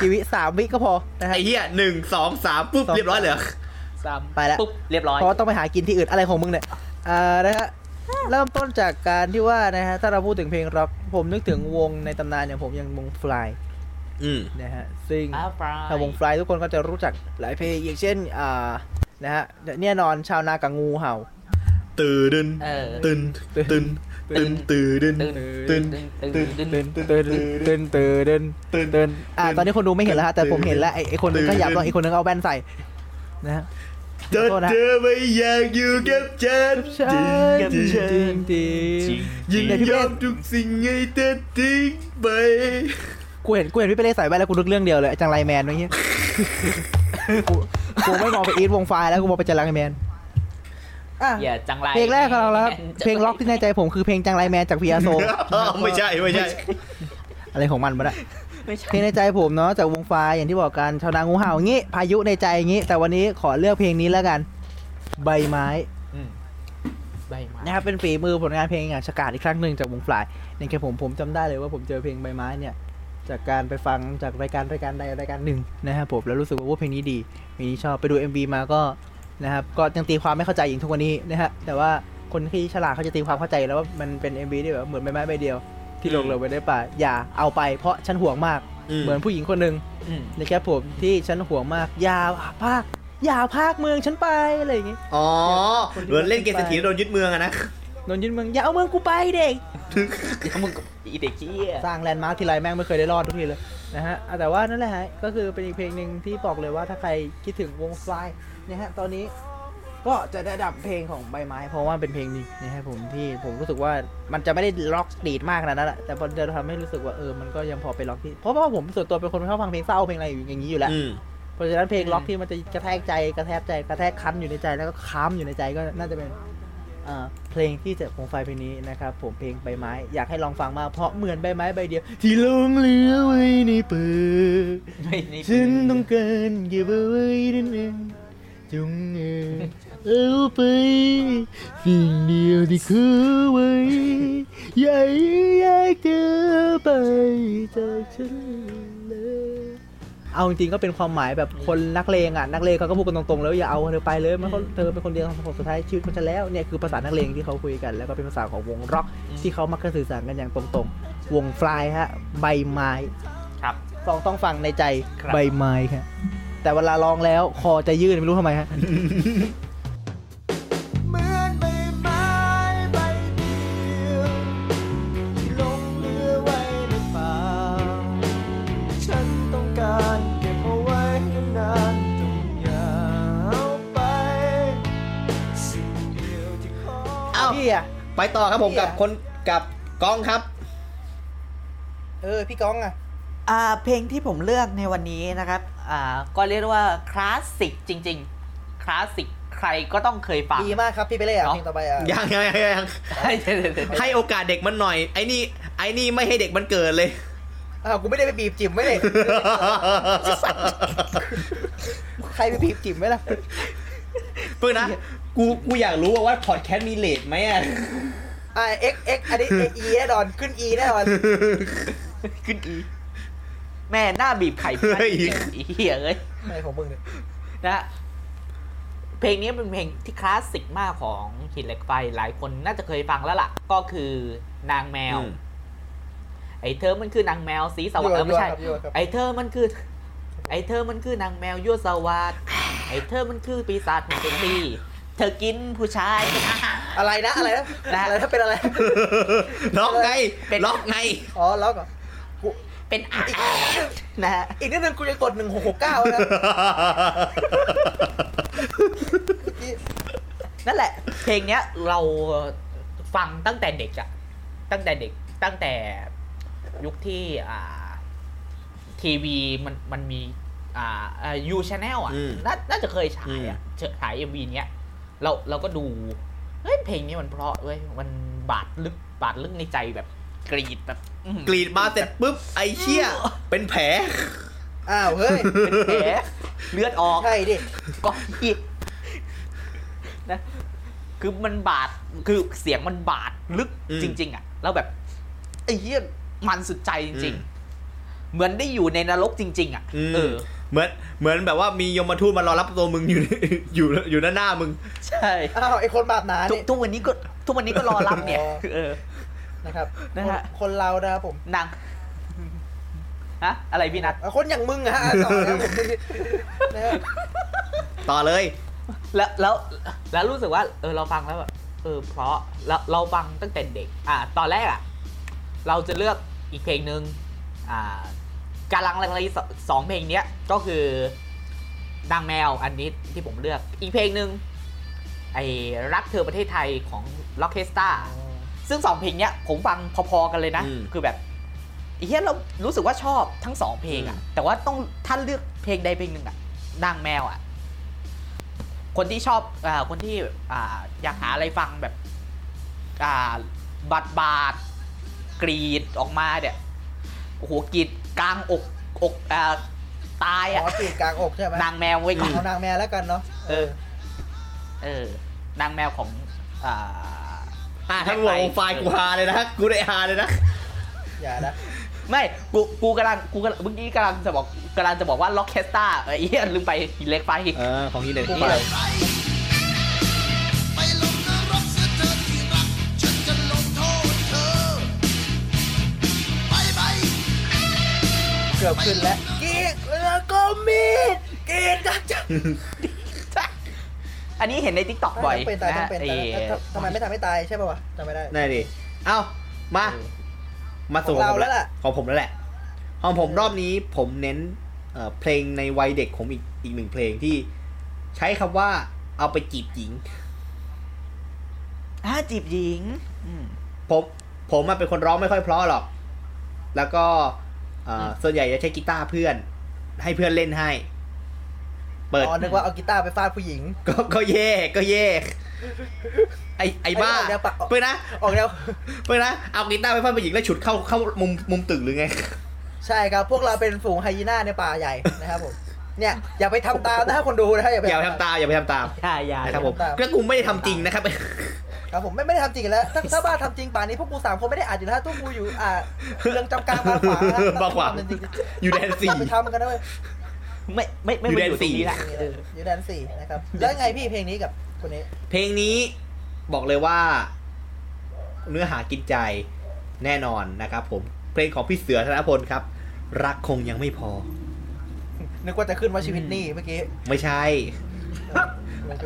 Speaker 3: ชีวิตสามวิก็พอนะฮะ
Speaker 2: ไอ้เหี้ยหนึ่งสองสามปุ๊บ
Speaker 3: สอง
Speaker 2: เรียบร้อยเหรอ
Speaker 4: สาม
Speaker 3: ไปแล้ว
Speaker 4: ปุ๊บเรียบร้อย
Speaker 3: เพราะว่าต้องไปหากินที่อื่นอะไรของมึงเนี่ยอ่านะฮะเริ่มต้นจากการที่ว่านะฮะถ้าเราพูดถึงเพลงร็อกผมนึกถึงวงในตำนานอย่างผมอย่างวงฟลาย
Speaker 2: อืม
Speaker 3: นะฮะซึ่ง
Speaker 4: อ่า Fly
Speaker 3: ถ้าวงฟลายทุกคนก็จะรู้จักหลายเพลงอย่างเช่นอ่านะฮะเนี่ยนอนชาวนากับงูเห่า
Speaker 2: ตื่นดึน
Speaker 4: เออ
Speaker 2: ตื่นตื่นตื่นตื่นตื่น
Speaker 4: ตื่น
Speaker 2: ตื่น
Speaker 4: ตื่น
Speaker 2: ตื่
Speaker 4: ตื่
Speaker 2: น
Speaker 4: น
Speaker 3: เดิ
Speaker 4: ตื่น
Speaker 3: นเดินเดินเดินเดินเดินอ่าตอนนี้คนดูไม่เห็นแล้วฮะแต่ผมเห็นแล้วไอ้ไอ้คนนึงก็หยับลองไอ้คนนึงเอาแว่นใส่นะฮะ
Speaker 2: เธอ
Speaker 3: ขอโทษนะ
Speaker 2: เธอไม่อยากอยู่กับฉัน
Speaker 3: ใช่
Speaker 2: จ
Speaker 3: จ
Speaker 2: ริงจริง
Speaker 3: ริงจริง
Speaker 2: ยิ่ง
Speaker 3: เนี่ยพี่
Speaker 2: ย
Speaker 3: เบน
Speaker 2: อมทุกสิ่งให้เธอทิ้งไป
Speaker 3: กูเห็นกูเห็นพี่เปเล่ใส่แว่นแล้วกูนึกเรื่องเดียวเลยไอ้จังไรแมนไอ้เหี้ยกูกูไม่มองไปอีทวงไฟล์แล้วกูมองไปจังไรแมนอ่ะ
Speaker 4: อย่าจังไร
Speaker 3: เพลงแรกของเราแล้วครับ
Speaker 4: แมนจั
Speaker 3: เพลงล็อกที่ในใจผมคือเพลงจังไรแมนจากพีอาโซ
Speaker 2: เออ ไม่ใช่ไม่ใช่
Speaker 3: อะไรของมันมาละ
Speaker 4: ไม่ใช่
Speaker 3: เพลงในใจผมเนาะจากวงไฟล์อย่างที่บอกกันชาวนางูเห่าอย่างงี้ พายุในใจอย่างงี้ แต่วันนี้ขอเลือกเพลงนี้แล้วกัน ใบไม้
Speaker 4: อืมใบไม้
Speaker 3: นะครับเป็นฝีมือผลงานเพลงอย่างฉกาจอีกครั้งหนึ่งจากวงฟลายในแค่ผมผมจำได้เลยว่าผมเจอเพลงใบไม้เนี่ยจากการไปฟังจากรายการรายการใดรายการหนึ่งนะครับผมแล้วรู้สึกว่าโอ้เพลงนี้ดีเพลงนี้ชอบไปดู MV มาก็นะครับก็ยังตีความไม่เข้าใจอย่างทุกวันนี้นะฮะแต่ว่าคนที่ฉลาดเขาจะตีความเข้าใจแล้วว่ามันเป็น MV ที่แบบเหมือนใบไม้ใบเดียว ที่ลงเราไว้ได้ป่าอย่าเอาไปเพราะฉันห่วงมาก
Speaker 2: อืม
Speaker 3: เหมือนผู้หญิงคนหนึ่ง
Speaker 4: อืม
Speaker 3: ในแค่ผมที่ฉันห่วงมากอย่าพากอย่าพากเมืองฉันไปอะไรอย่างงี้
Speaker 2: อ๋อเหมือนเล่นเกมเศรษฐีโดนยึดเมืองอะนะ
Speaker 3: นนท์ยืนเมืองอย่าเอาเมืองกูไปเด็ก
Speaker 4: เดี๋ยวมึงกับอีเด็กเชี้ย
Speaker 3: สร้างแลนด์มาร์คทีไรแม่งไม่เคยได้รอดทุกทีเลยนะฮะอ่ะแต่ว่านั่นแหละฮะ ก็คือเป็นอีกเพลงหนึ่งที่บอกเลยว่าถ้าใครคิดถึงวงไฟล์นะฮะ ตอนนี้ก็จะได้ดับเพลงของใบไม้ เพราะว่าเป็นเพลงนี้นะฮะผมที่ผมรู้สึกว่ามันจะไม่ได้ล็อกดีดมากขนาดนั้นแหละแต่มันจะทำให้รู้สึกว่าเออมันก็ยังพอไปล็อกที่เพราะว่าผมส่วนตัวเป็นคนไม่ชอบฟังเพลงเศร้าเพลงอะไรอย่างนี้อยู่แล้ว
Speaker 2: อืม
Speaker 3: เพราะฉะนั้นเพลง
Speaker 4: อืม
Speaker 3: ล็อกที่มันจะกระแทกใจกระแทกใจกระแทกคั้นอยู่ในใจแล้วก็ค้ำอยู่ในใจก็น่าจะเป็นเอ่อเพลงที่จะของไฟล์เพลงนี้นะครับผมเพลงใบไม้ อยากให้ลองฟังมากเพราะเหมือนใบไม้ใบเดียว ที่หลงเหลือไว้ในปืน
Speaker 4: ไม่นี่
Speaker 3: ฉันต้องการเก็บเอาไว้นั่นเองจงเอ่ยเอาไป สิ่งเดียวที่คือไว้ใหญ่ใหญ่เกินไปจากฉันเลย เอาจริงๆก็เป็นความหมายแบบคนนักเลงอ่ะนักเลงเขาก็พูดกันตรงๆแล้วอย่าเอาเธอไปเลยมันก็เธอเป็นคนเดียวของสุดท้ายชีวิตมันจะแล้วเนี่ยคือภาษานักเลงที่เขาคุยกัน แล้วก็เป็นภาษาของวงร็อกที่เขามักจะสื่อสารกันอย่างตรงๆ วงฟลายฮะใบไม้
Speaker 4: ครับ
Speaker 3: ต้องต้องฟังในใจ
Speaker 4: ครับ
Speaker 3: ใบไม้ครับแต่เวลาลองแล้วคอจะยืดไม่รู้ทำไม ฮะ
Speaker 1: เหมือนใบไม้ใบเดียวที่หลงเหลือไว้ในป่า ฉันต้องการเก็บเอาไว้นานๆจงอย่าเอาไป สิ่งเดียวที่ขอ
Speaker 2: เอ้า
Speaker 3: พี่อ่ะ
Speaker 2: ไปต่อครับผมกับคนกับกล้องครับ
Speaker 3: เออ พี่ก้องอ่ะ
Speaker 4: อ่าเพลงที่ผมเลือกในวันนี้นะครับอ่าก็เรียกได้ว่าคลาสสิกจริง ๆ คลาสสิกใครก็ต้องเคย ฟัง
Speaker 3: ดีมากครับพี่ไปเลยอ่ะ
Speaker 4: เนาะ
Speaker 3: เพลงต่อไปอ่ะ
Speaker 2: ยังยังยังยัง
Speaker 4: เดี๋ยวเดี๋ยวเดี๋ยว
Speaker 2: ให้โอกาสเด็กมันหน่อย ไอ้นี่ ไอ้นี่ไม่ให้เด็กมันเกิดเลย
Speaker 3: อ้าวกูไม่ได้ไปบีบจิ๋มไม่ได้ใครไปบีบจิ๋มไหมล่ะ
Speaker 2: เพื่อนะ กูกูอยากรู้ว่าว่าพอดแคสต์มีเลทไหมอ่ะ
Speaker 3: อ่า x x อันนี้ e แน่นอน ขึ้น e แน่นอน
Speaker 4: ขึ้นอี แม่หน้าบีบไข่พัน
Speaker 2: เฮ้ย
Speaker 4: อีเหี้ยเอ้ย
Speaker 3: อะไรของมึงเนี่ย
Speaker 4: นะฮะเพลงนี้เป็นเพลงที่คลาสสิกมากของหินเหล็กไฟหลายคนน่าจะเคยฟังแล้วล่ะ ก็คือนางแมว
Speaker 2: อืม
Speaker 4: ไอ้เธอมันคือนางแมวสีสว่าง
Speaker 3: ยั่ว
Speaker 4: เออไม่ใช่
Speaker 3: ยั่วครับยั่วครับ
Speaker 4: ไอ้เธอมันคือ ไอ้เธอมันคือนางแมวยั่วสวัสดไอ้เธอมันคือปีศาจแห่งเป็นปีเธอกินผู้ชาย
Speaker 3: อะไรนะอะไรนะ
Speaker 4: นะ
Speaker 3: อะไรนะเป็นอะไร
Speaker 2: ล็อกไง
Speaker 4: เป็น
Speaker 2: ล็อกไง
Speaker 3: อ๋อล็อกเหรอ
Speaker 4: เป็นอานะฮะ
Speaker 3: อีกนิดนึงกูจะกดหนึ่งหกหกเก้านะ
Speaker 4: นั่นแหละ เพลงเนี้ยเราฟังตั้งแต่เด็กอะตั้งแต่เด็กตั้งแต่ยุคที่อ่าทีวีมันมันมีอ่ายูชาแนลอ่ะ
Speaker 2: อืม
Speaker 4: นาน่าจะเคยฉายอ่ะเฉฉายเอ็มวีเนี้ยเราเราก็ดูเฮ้ยเพลงนี้มันเพราะเว้ยมันบาดลึกบาดลึกในใจแบบกรีดแบบอื้อหือก
Speaker 2: รีดมาเสร็จปุ๊บ ไอ้เชี่ย เป็นแผล
Speaker 3: อ้าว เฮ้ย
Speaker 4: เป็นแผลเลือดออก
Speaker 3: ใช่ดิ
Speaker 4: ก็ผิดนะ คือมันบาด คือเสียงมันบาดลึก
Speaker 2: อืม
Speaker 4: จริง ๆ อ่ะ แล้วแบบไอ้เหี้ยมันสุดใจจริ
Speaker 2: อื
Speaker 4: ง
Speaker 2: ม
Speaker 4: ๆ เหมือนได้อยู่ในนรกจริง ๆ อ่ะ
Speaker 2: ม
Speaker 4: เออ
Speaker 2: เหมือน เหมือนแบบว่ามียมทูตมารอรับตัวมึงอยู่ อยู่ อยู่หน้าหน้ามึง
Speaker 4: ใช่
Speaker 3: อ้าวไอคนบาปหนา
Speaker 4: ทุก
Speaker 3: เนี่ย
Speaker 4: ทุกวันนี้ก็ ทุกวันนี้ก็รอรับเนี่ย
Speaker 3: อ๋อ
Speaker 4: เออ
Speaker 3: นะครับ
Speaker 4: นะฮะ
Speaker 3: คนเรานะครับผม
Speaker 4: นางฮะอะไรพี่นัท
Speaker 3: อ่ะคนอย่างมึงอะฮะอ่ะต่อนะครับผมนะฮะ
Speaker 2: ต่อเลย
Speaker 4: แล้วแล้วแล้วรู้สึกว่า เออเราฟังแล้วแบบเออเพราะเราเราฟังตั้งแต่เด็ก อ่า ตอนแรกอ่ะ เราจะเลือกอีกเพลงหนึ่งอ่ากำลังลังเลสสองเพลงเนี้ยก็คือนางแมวอันนี้ที่ผมเลือกอีกเพลงหนึ่งไอ้รักเธอประเทศไทยของล็อกเคสตาซึ่งสองเพลงเนี้ยผมฟังพอๆกันเลยนะ
Speaker 2: อืม
Speaker 4: คือแบบ เฮียเรารู้สึกว่าชอบทั้งสองเพลงอ่ะ แต่ว่าต้องท่านเลือกเพลงใดเพลงหนึ่งอ่ะนางแมวอ่ะ คนที่ชอบอ่าคนที่อ่าอยากหาอะไรฟังแบบอ่าบาดบาดกรีดออกมาเนี่ยโอ้โหกรีดกลางอกอกอ่าตายอ่ะ
Speaker 3: อ๋อปีกกลางอกใช่ไหม
Speaker 4: นางแมวไว้ก่อน
Speaker 3: เอานางแมวแล้วกันเนาะ
Speaker 4: เออ เออนางแมวของอ่า
Speaker 2: อ่ะทั้งหมดไฟล์กูฮาเลยนะ กูได้ฮาเลยนะ
Speaker 3: อย่านะ
Speaker 4: ไม่กูกูกำลังกูกำลังเมื่อกี้กำลังจะบอกกำลังจะบอกว่าล็อกแคสตาเอียลืมไปอีเล็กไฟ
Speaker 2: เออ ของที่เลย
Speaker 4: ของที่
Speaker 2: ไป
Speaker 4: เลย
Speaker 5: ไปลงนรกเสียเธอที่รัก ฉันจะลงโทษเธอ ไปไป
Speaker 3: เกือบขึ้นแล้วกรีดแล้วก็มีดกรีดจังจัง
Speaker 4: อันนี้เห็นในทิกตอกบ่อย
Speaker 3: เป็นตายต้องเป็น
Speaker 4: ไอ้
Speaker 3: ตายแล้วทำไมไม่ทำให้ตายใช่ป่าวะจำไม่ได้
Speaker 2: ได้ดิ เอ้า มา มาสู่
Speaker 3: ของเรา
Speaker 2: ผม
Speaker 3: แล้วล่ะ
Speaker 2: ของผมแล้วแหละ ของผมรอบนี้ผมเน้นเอ่อเพลงในวัยเด็กผมอีกอีกหนึ่งเพลงที่ใช้คำว่าเอาไปจีบหญิง
Speaker 4: อ่าจีบหญิงอืม
Speaker 2: ผมผมอะเป็นคนร้องไม่ค่อยเพราะหรอก แล้วก็เอ่ออส่วนใหญ่จะใช้กีตาร์เพื่อน ให้เพื่อนเล่นให้ เปิด
Speaker 3: อ๋อนึกว่าเอากีตาร์ไปฟาดผู้หญิง
Speaker 2: ก็ก็เย่ก็เย่ไอไอบ้า
Speaker 3: ไอ้ออกแนวปะ
Speaker 2: เพื่อนนะ
Speaker 3: ออกแนว
Speaker 2: เพื่อนนะเอากีตาร์ไปฟาดผู้หญิงแล้วฉุดเข้าเข้ามุมมุมตึกหรือไง
Speaker 3: ใช่ครับ พวกเราเป็นฝูงไฮยีน่าในป่าใหญ่นะครับผม เนี่ยอย่าไปทำตามนะคนดูนะอย่าไป
Speaker 2: อย่าไปทำตามอย่าไปทำตาม
Speaker 4: ใช่ยา
Speaker 2: นะครับผมก็กูไม่ได้ทำจริงนะครับ
Speaker 3: ครับผมไม่ไม่ได้ทำจริงอีกแล้วถ้าถ้าบ้าทำจริงป่านนี้พวกกูสามคนไม่ได้อ่านอยู่แล้วทุกกูอยู่อ่าเรื่องจำกลางบางขวางนะ
Speaker 2: บางขวาง
Speaker 3: ทำจริง
Speaker 2: อยู่แดน
Speaker 3: ๆ
Speaker 2: สี่
Speaker 3: ไปทำกันนะเว้ย
Speaker 4: ไม่ไม่ไม่
Speaker 2: อยู่
Speaker 4: ไม่
Speaker 2: แดน
Speaker 4: อยู่ตรง
Speaker 2: สี่
Speaker 4: นี้ละ
Speaker 3: นี่แห
Speaker 4: เอ
Speaker 3: ละ
Speaker 4: อ
Speaker 3: อยู่แดนสี่นะครับแล้วไงพี่เพลงนี้กับคนนี้
Speaker 2: เพลงนี้บอกเลยว่า เนื้อหากินใจแน่นอนนะครับผมเพลงของพี่เสือธนพลครับ รักคงยังไม่พอ
Speaker 3: นึกว่าจะขึ้นว่าชีวิตนี่เมื่อกี้
Speaker 2: ไม่ใช่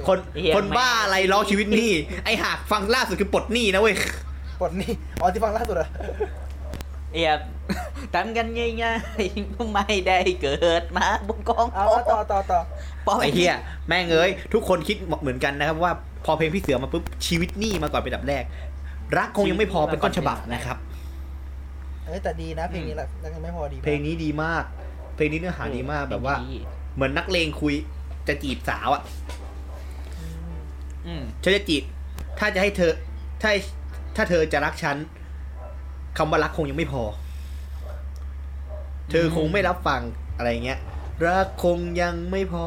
Speaker 2: คนคนบ้าอะไรร้องชีวิตหนี่ ไอหากฟังล่าสุดคือปลดหนี้นะเว้ย
Speaker 3: ปลดหนี่อ๋อที่ฟังล่าสุดเหรอ
Speaker 4: เอีย บทำกันง่ ายๆไม่ได้เกิดมาบนกอง
Speaker 3: เอามาต่อต่อต่อ
Speaker 4: ปล่อย
Speaker 2: ไอ้เหี้ยแม่งเอ้ยทุกคนคิดเหมือนกันนะครับว่าพอเพลงพี่เสือมาปุ๊บชีวิตหนี่มาก่อนเป็นอันดับแรก รักคงยังไม่พอเป็นต้นฉบับนะครับ
Speaker 3: เอ้ยแต่ดีนะเพลงนี้แหละยังไม่พอดีมาก
Speaker 2: เพลงนี้ดีมาก เพลงนี้เนื้อหาดีมากแบบว่า
Speaker 4: ดี
Speaker 2: เหมือนนักเลงคุยจะจีบสาวอ่ะ
Speaker 4: อืม
Speaker 2: ฉันจะจีบ ถ้าจะให้เธอ ถ้าถ้าเธอจะรักฉันคำว่ารักคงยังไม่พอ เธอคงไม่รับฟังอะไรเงี้ยรักคงยังไม่พอ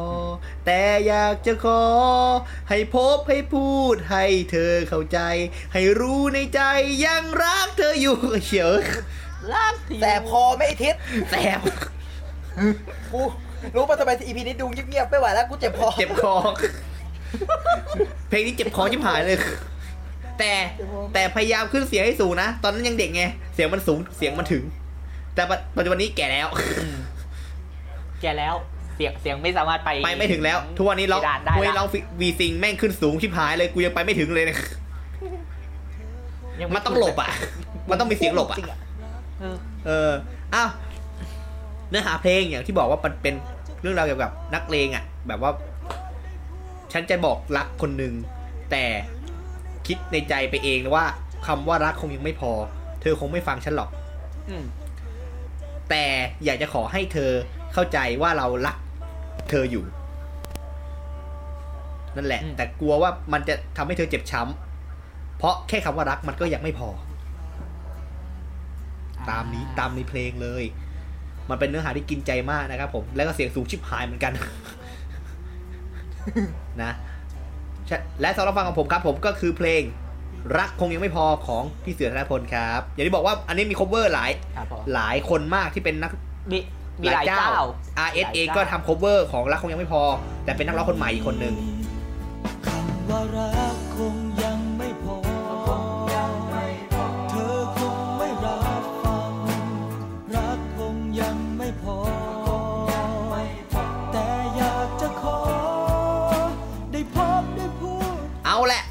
Speaker 2: แต่อยากจะขอ ให้พบให้พูด ให้เธอเข้าใจ ให้รู้ในใจยังรักเธออยู่ เฉียว
Speaker 4: รักที่
Speaker 3: แสบคอไหม่ทิศ
Speaker 2: แสบ
Speaker 3: กูรู้ป่ะทำไมอีพีนี้ดูเงียบๆไม่ไหวแล้วกูเจ็บคอ
Speaker 2: เจ็บคอ เพลงนี้เจ็บคอชิบหายเลย แต่แต่พยายามขึ้นเสียงให้สูงนะ ตอนนั้นยังเด็กไง เสียงมันสูงเสียงมันถึง แต่ปัจปัจจุบันนี้แก่แล้ว
Speaker 4: แกแล้วเสียงเสียงไม่สามารถไป
Speaker 2: ไปไม่ถึงแล้ว ทุกวันนี้ร้อง
Speaker 4: เพดานได้
Speaker 2: เว้ย
Speaker 4: ละ
Speaker 2: ร้องวีซิงแม่งขึ้นสูงชิบหายเลยกูยังไปไม่ถึงเลยเนี่ย
Speaker 4: ยัง
Speaker 2: มันต้องหลบอ่ะ มันต้องมีเสียงหลบอ่ะ
Speaker 4: จริๆเออ
Speaker 2: เออ อ้าว เนื้อหาเพลงอย่างที่บอกว่ามันเป็นเรื่องราวเกี่ยวกับนักเลงอ่ะ แบบว่า ฉันจะบอกรักคนหนึ่ง แต่คิดในใจไปเองนะว่าคำว่ารักคงยังไม่พอ เธอคงไม่ฟังฉันหรอก
Speaker 4: อืม
Speaker 2: แต่อยากจะขอให้เธอเข้าใจว่าเรารักเธออยู่ นั่นแหละ แต่กลัวว่ามันจะทำให้เธอเจ็บช้ำเพราะแค่คำว่ารักมันก็ยังไม่พอ ตามนี้ตามในเพลงเลย มันเป็นเนื้อหาที่กินใจมากนะครับผม แล้วก็เสียงสูงชิบหายเหมือนกัน นะใช่และสำหรับฟังของผมครับ ผมก็คือเพลง รักคงยังไม่พอของพี่เสือธนพลครับ อย่างที่บอกว่าอันนี้มี cover หลาย
Speaker 4: ครับผม
Speaker 2: หลายคนมากที่เป็นนัก
Speaker 4: มีมีหลายเจ้า
Speaker 2: RSA
Speaker 4: หลายเจ้า
Speaker 2: ก็ทำ cover ของรักคงยังไม่พอ แต่เป็นนักร้องคนใหม่อีกคนหนึ่ง
Speaker 1: คำว่ารักคงยังไม่พอ เธอคงไม่รับฟัง รักคงยังไม่พอ แต่อยากจะขอ ได้พบได้พูด
Speaker 2: เอาแหละ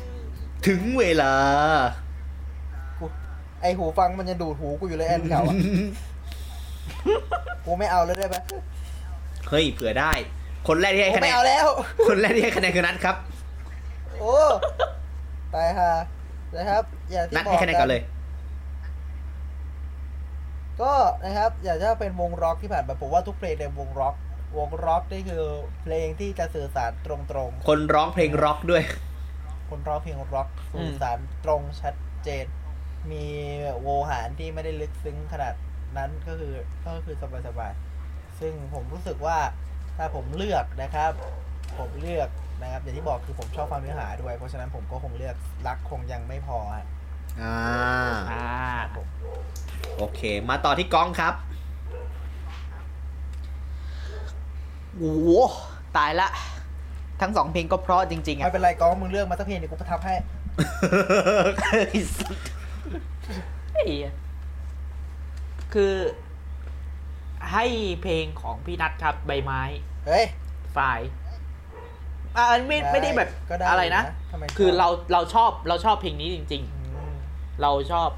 Speaker 2: ถึงเวลา
Speaker 3: กูไอหูฟังมันยังดูดหูกูอยู่เลยแอนเก่าอะ กูไม่เอาแล้วได้ไหม
Speaker 2: เฮ้ยเผื่อได้ คนแรกที่ให้
Speaker 3: กู
Speaker 2: คะแน
Speaker 3: ไม่
Speaker 2: น
Speaker 3: เอาแล้ว
Speaker 2: คนแรกที่ให้คะแนนคือนัทครับ
Speaker 3: โอ้ตายฮะนะครับ อย่าที่
Speaker 2: นัท
Speaker 3: บอก
Speaker 2: ให้คะแนนก่อนเลย
Speaker 3: ก็นะครับอยากจะเป็นวงร็อกที่ผ่านมาผมว่าทุกเพลงในวงร็อก วงร็อกนี่คือเพลงที่จะสื่อสารตรง
Speaker 2: คนร้องเพลงร็อกด้วย
Speaker 3: ๆ คนร้องเพลงร็อก
Speaker 4: อืม
Speaker 3: สื่อสารตรงชัดเจน มีโวหารที่ไม่ได้ลึกซึ้งขนาดนั้นก็คือก็คือสบายๆซึ่งผมรู้สึกว่าถ้าผมเลือกนะครับ ผมเลือกนะครับอย่างที่บอกคือผมชอบความเนื้อหาด้วย เพราะฉะนั้นผมก็คงเลือกรักคงยังไม่พอฮะ
Speaker 2: อ่า
Speaker 4: อ่า
Speaker 2: โอเค มาต่อที่ก้อง ครับ
Speaker 4: โอ้โหตายละ ทั้งสองเพลงก็เพราะจริงๆอ่ะ
Speaker 3: ไม่เป็นไรก้องมึงเลือกมาสักเพลงเดี๋ยวกูประทับให้
Speaker 4: ไอ้สัสไอ้เหี้ยคือ ให้เพลงของพี่นัทครับ ใบไม้
Speaker 3: เฮ้ย
Speaker 4: ไฟล์อ่าอันไม่ไม่ได้แบบ
Speaker 3: ก็ด้
Speaker 4: อะไรนะ
Speaker 3: ทำไม
Speaker 4: คือเราเราชอบเราชอบเพลงนี้จริง ๆ
Speaker 3: อืม
Speaker 4: เราชอบ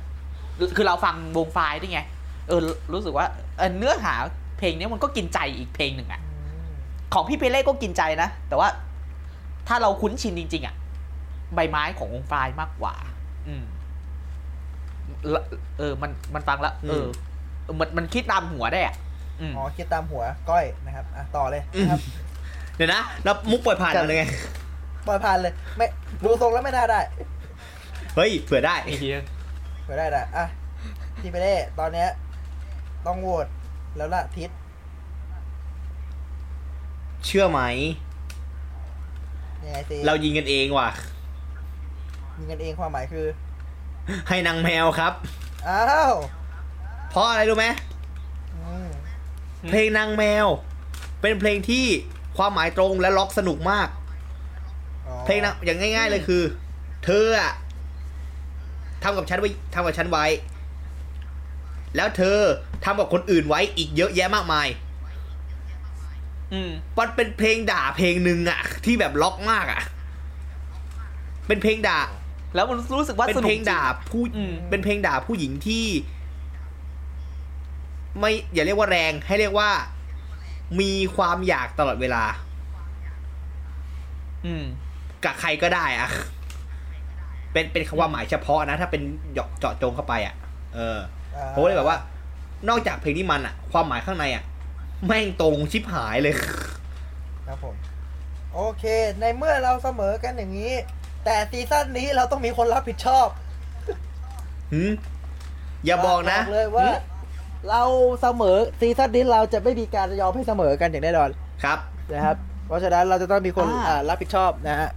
Speaker 4: คือเราฟังวงไฟล์ด้วยไง เออ รู้สึกว่าเออเนื้อหาเพลงเนี้ยมันก็กินใจอีกเพลงหนึ่งอะของพี่เพเล่ก็กินใจนะ แต่ว่าถ้าเราคุ้นชินจริง ๆอะใบไม้ของวงไฟล์มากกว่า อืมละเออ มันมันฟังแล้วเออเออมันมันคิดตามหัวได้อะอืม
Speaker 3: อ๋อคิดตามหัวก้อยนะครับอ่ะต่อเลยนะครับ
Speaker 2: เดี๋ยวนะ แล้วมุกปล่อยผ่านมาเลยไง
Speaker 3: ปล่อยผ่านเลย ไม่ดูทรงแล้วไม่น่าได้
Speaker 2: เฮ้ย เผื่อได้
Speaker 4: ไอ้เหี้ย
Speaker 3: เผื่อได้ละอ่ะทีไปได้ตอนเนี้ยต้องโหวตแล้วล่ะทิศ
Speaker 2: เชื่อไหม
Speaker 3: ยังไงตี
Speaker 2: เรายิงกันเองว่ะ
Speaker 3: มีกันเองความหมายคือ
Speaker 2: ให้นางแมวครับ
Speaker 3: อ้าว
Speaker 2: เพราะอะไรรู้ไหม
Speaker 3: อืม
Speaker 2: เพลงนางแมว เป็นเพลงที่ความหมายตรงและล็อกสนุกมาก
Speaker 3: อ๋อ
Speaker 2: เพลงนะอย่างง่าย ๆ เลยคือ เธออะทำกับฉันไว้ทำกับฉันไว้ แล้วเธอทำกับคนอื่นไว้อีกเยอะแยะมากมาย
Speaker 4: อืม
Speaker 2: มันเป็นเพลงด่าเพลงหนึ่งอะที่แบบล็อกมากอะเป็นเพลงด่า
Speaker 4: แล้วมันรู้สึกว่า
Speaker 2: เป็น
Speaker 4: สนุก
Speaker 2: เพล
Speaker 4: จ
Speaker 2: ง
Speaker 4: ริ
Speaker 2: ด่าผู้
Speaker 4: อืม
Speaker 2: เป็นเพลงด่าผู้หญิงที่ ไม่อย่าเรียกว่าแรง ให้เรียกว่ามีความอยากตลอดเวลา
Speaker 4: อืม
Speaker 2: กับใครก็ได้อะ เป็นเป็นคำว่าหมายเฉพาะนะ ถ้าเป็นเหยาะเจาะจงเข้าไปอ่ะ เออ
Speaker 3: อ่
Speaker 2: ผมก็เลยแบบว่า นอกจากเพลงนี้มันอ่ะ ความหมายข้างในอ่ะ แม่งตรงชิบหายเลย
Speaker 3: ครับผม โอเค ในเมื่อเราเสมอกันอย่างนี้ แต่ซีซั่นนี้เราต้องมีคนรับผิดชอบ
Speaker 2: หืมอย่าบอกนะ
Speaker 3: เลยว่า เราเสมอซีซั่นนี้เราจะไม่มีการยอมให้เสมอกันอย่างแน่นอน
Speaker 2: ครับ
Speaker 3: นะครับ เพราะฉะนั้นเราจะต้องมีคน
Speaker 4: อ่า
Speaker 3: อ่ารับผิดชอบนะฮะ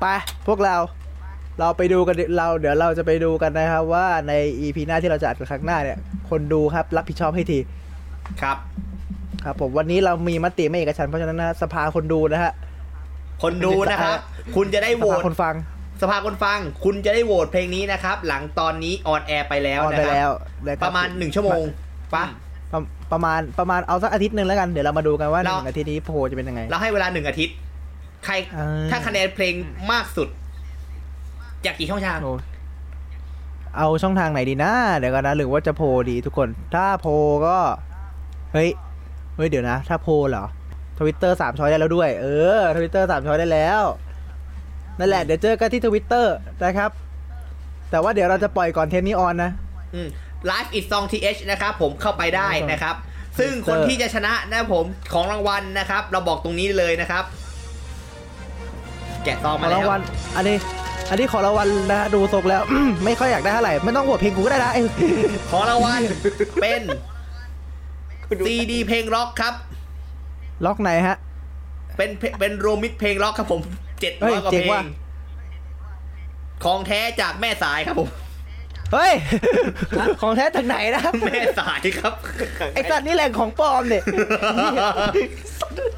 Speaker 3: ไปพวกเราเราไปดูกันดิเราเดี๋ยวเราจะไปดูกันนะครับ ว่าในอีพีหน้าที่เราจะอัดกันครั้งหน้าเนี่ย คนดูครับรับผิดชอบให้ที
Speaker 2: ครับ
Speaker 3: ครับ ผมวันนี้เรามีมติไม่เอกฉันท์เพราะฉะนั้นนะสภาคนดูนะฮะ
Speaker 2: คนดูนะครับ คุณจะได้
Speaker 3: ส
Speaker 2: โหว
Speaker 3: ภา
Speaker 2: ต
Speaker 3: คนฟัง
Speaker 2: สภาคนฟัง คุณจะได้โหวตเพลงนี้นะครับ หลังตอนนี้ออนแอร์ไปแล้ว
Speaker 3: ออน
Speaker 2: นะ
Speaker 3: ไป
Speaker 2: ค
Speaker 3: แล้
Speaker 2: รั
Speaker 3: ว
Speaker 2: บ
Speaker 3: นคบ
Speaker 2: ประมาณหนึ่งชั่วโมงปะ
Speaker 3: ประประมาณประมาณเอาสักอาทิตย์หนึ่งแล้วกันเดี๋ยวเรามาดูกันว่าห
Speaker 2: เรา
Speaker 3: นึ่งอาทิตย์นี้โพลจะเป็นยังไง
Speaker 2: เราให้เวลาหนึ่งอาทิตย์ ใคร
Speaker 3: อ่า
Speaker 2: ถ้าคะแนนเพลงมากสุด จากกี่ช่องทาง
Speaker 3: โอ้เอาช่องทางไหนดีนะ เดี๋ยวกันนะหรือว่าจะโพลดีทุกคน ถ้าโพลก็ เฮ้ย เฮ้ย เดี๋ยวนะ ถ้าโพลเหรอทวิตเตอร์สามช้อยได้แล้วด้วย เออทวิตเตอร์สามช้อยได้แล้ว นั่นแหละ เดี๋ยวเจอกันที่ทวิตเตอร์นะครับ แต่ว่าเดี๋ยวเราจะปล่อยก่อนเทปนี้ออนนะ
Speaker 2: อืม Live is song th นะครับผมเข้าไปได้นะครับ ซึ่งคนที่จะชนะนะผมของรางวัลนะครับ เราบอกตรงนี้เลยนะครับ แกะซอง
Speaker 3: ข
Speaker 2: มา
Speaker 3: อ
Speaker 2: แล้
Speaker 3: รางวั
Speaker 2: ว
Speaker 3: ล อันนี้ อันนี้ขอรางวัลนะฮะดูทรงแล้ว ไม่ค่อยอยากได้เท่าไหร่ ไม่ต้องโหวตเพลงกูก็ได้นะ
Speaker 2: ของรางวัลเป็น ซีดีเพลงร็อกครับ
Speaker 3: ล็อกไหนฮะ
Speaker 2: เป็นเพเป็นรวมมิตรเพลงร็อกครับผมเจ็ดร้
Speaker 3: เฮ้ย
Speaker 2: อยกว่า
Speaker 3: เจ๋
Speaker 2: เพ
Speaker 3: ง
Speaker 2: ล
Speaker 3: ว่ะ
Speaker 2: ง ของแท้จากแม่สายครับผม
Speaker 3: เฮ้ย ของแท้จากไหนนะ
Speaker 2: แม่สายครับ
Speaker 3: ไอ้สัตว์นี่แหล่งของปลอมเนี่ย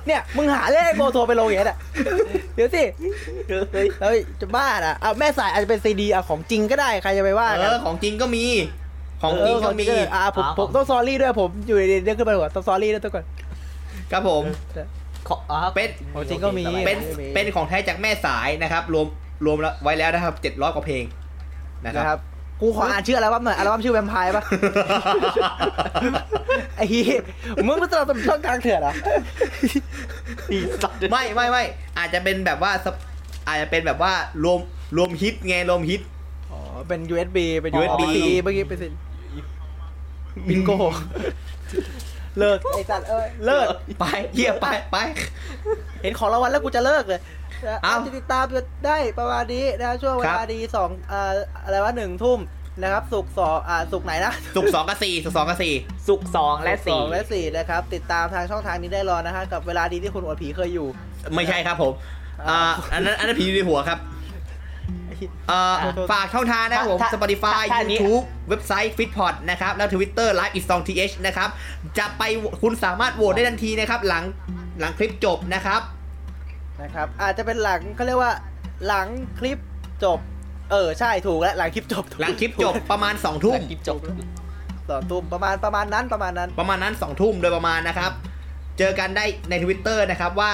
Speaker 3: เนี่ยมึงหาเลขโบโทรไปลงอย่างนี้ยน่ะเดี๋ยวสิแล้วจะบ้าอ่ะเอาแม่สายอาจจะเป็นซีดีอะของจริงก็ได้ใครจะไปว่า
Speaker 2: เอ
Speaker 3: กั
Speaker 2: อ
Speaker 3: น
Speaker 2: ของจริงก็มี ของจริงก็มี
Speaker 3: เอออ่ะผม
Speaker 4: อ๋อ
Speaker 3: ผมต้องซอรี่ด้วยผมอยู่ในเรื่องขึ้นมาหัวต้องซอรี่ด้วยทุกคน
Speaker 2: ครับผม
Speaker 4: ขออ๋อ
Speaker 2: เป็น
Speaker 3: ของจริงก็มี
Speaker 2: เป็นเป็นของแท้จากแม่สายนะครับ รวมรวมแล้วไว้แล้วนะครับเจ็ดร้อยกว่าเพลงนะ
Speaker 3: นะ
Speaker 2: ค
Speaker 3: ค
Speaker 2: รั
Speaker 3: รับ บ กูขออ่านชื่ออะไรบ้างหน่อยอัลบั้มชื่อแวมไพ ร์ปะ ไอ้เหี้ยมึงไม่ตลอดช่องกลางเถื่อนเหรอ
Speaker 4: ดีสัตว์
Speaker 2: ไม่ไม่ไม่อาจจะเป็นแบบว่าสปอาจจะเป็นแบบว่ารวมรวมฮิตไงรวมฮิต
Speaker 3: อ๋อเป็น USB เป็น
Speaker 2: USB
Speaker 3: เมื่อกี้เป็น บิงโก้เลิกไอ้สัตว์เอ้ยเลิก
Speaker 2: ไปเฮียไปไป
Speaker 3: เห็นของรางวัลแล้วกูจะเลิกเลยนะ
Speaker 2: เอ้า
Speaker 3: ติดตามได้ประมาณนี้นะช่วงเว
Speaker 2: ครั
Speaker 3: ลา
Speaker 2: บ
Speaker 3: ดีสองเอ่ออะไรวะหนึ่งทุ่มนะครับสุกร์สองอ่าสุกร์ไหนนะ
Speaker 2: สุกร์สองกับสี่สุกร์สองกับสี่
Speaker 4: สุกสองและ
Speaker 3: ศุกร์สอ
Speaker 4: สี่
Speaker 3: งและสี่นะครับ ติดตามทางช่องทางนี้ได้รอนะฮะกับเวลาดีที่คุณอวดผีเคยอยู่
Speaker 2: ไม่ใช่ครับผมอ่าอันนั้นอันนั้นผีอยู่ในหัวครับอ่าฝากช่องทางนะครับผม Spotify YouTube เว็บไซต์ Fitpod นะครับ แล้ว Twitter Live is on th นะครับ จะไปคุณสามารถโหวตได้ทันทีนะครับ หลังหลังคลิปจบนะครับ
Speaker 3: นะครับอาจจะเป็นหลังเขาเรียกว่าหลังคลิปจบ เออ ใช่ถูกแล้วหลังคลิปจบถูก
Speaker 2: หลังคลิป จบประมาณ2ทุ่ม
Speaker 4: คลิปจบ
Speaker 3: สองทุ่มประมาณประมาณนั้นประมาณนั้น
Speaker 2: ประมาณนั้น 2 ทุ่มโดยประมาณนะครับ เจอกันได้ใน Twitter นะครับว่า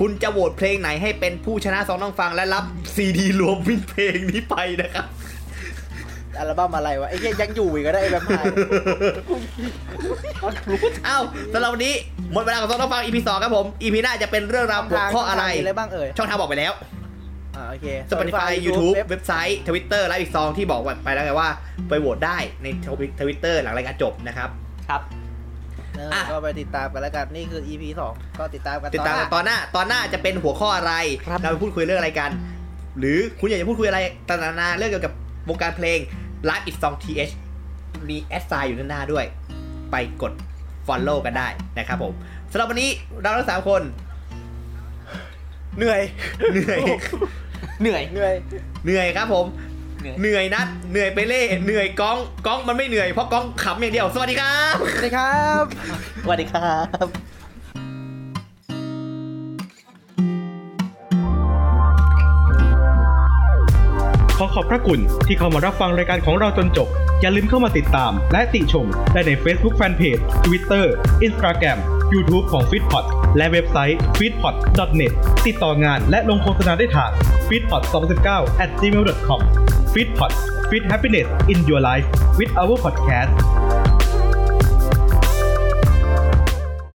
Speaker 2: คุณจะโหวตเพลงไหนให้เป็นผู้ชนะสองต้องฟังและรับซีดีรวมวินเพลงนี้ไปนะครับ
Speaker 3: อัลบั้มอะไรวะไอ้เหี้ยยังอยู่อีกก็ได้ไอ้แบบไหน
Speaker 2: เอ้าสำหรับวันนี้ หมดเวลาของสองต้องฟัง EP สองครับผม EP หน้าจะ เป็นเรื่องราวหัวข้ออะไร
Speaker 3: มีอะไรบ้างเอ่ย
Speaker 2: ช่องทางบอกไปแล้ว
Speaker 3: อ่าโอเค
Speaker 2: Spotify YouTube เว็บไซต์ Twitter และอีกซองที่บอกไปแล้วไงว่า ไปโหวตได้ในทวิตเตอร์หลังรายการจบนะครับ
Speaker 4: ครับ
Speaker 3: เออ
Speaker 2: อ่ะ
Speaker 3: ก็ไปติดตามกันแล้วกันนี่คือ EP สองก็ติดตามกัน
Speaker 2: ติดตาม
Speaker 3: ห
Speaker 2: กั
Speaker 3: น้
Speaker 2: นตอนหน้า ตอนหน้าจะเป็นหัวข้ออะไร
Speaker 3: ครับ
Speaker 2: เราไปพูดคุยเรื่องอะไรกัน หรือคุณอยากจะพูดคุยอะไรต่างๆนานาเรื่องเกี่ยวกับวงการเพลง Live It Song TH มีแอดไซน์อยู่ด้านหน้าด้วย ไปกด Follow กันได้นะครับผมสำหรับวันนี้เราทั้งสามคน
Speaker 3: เหนื่อย
Speaker 2: เหนื่อย
Speaker 4: เหนื่อย
Speaker 3: เหนื่อย
Speaker 2: เหนื่อยครับผม
Speaker 4: เหนื่อย
Speaker 2: เหนื่อยนัด เหนื่อยไปเล่ เหนื่อยก้อง ก้องมันไม่เหนื่อยเพราะก้องขำอย่างเดียว สวัสดีครับ
Speaker 3: สวัสดีครับ
Speaker 4: สวัสดีครับ
Speaker 6: ขอขอบพระคุณที่เข้ามารับฟังรายการของเราจนจบ อย่าลืมเข้ามาติดตาม และติชม ได้ใน Facebook Fanpage Twitter Instagram YouTube ของ f i t p o t และเว็บไซต์ f i t p o t n e t ติดต่องานและลงโฆษณาได้ทาง f i t p o t 2 9 at gmail.com f i t p o t Fit Happiness in Your Life with our podcast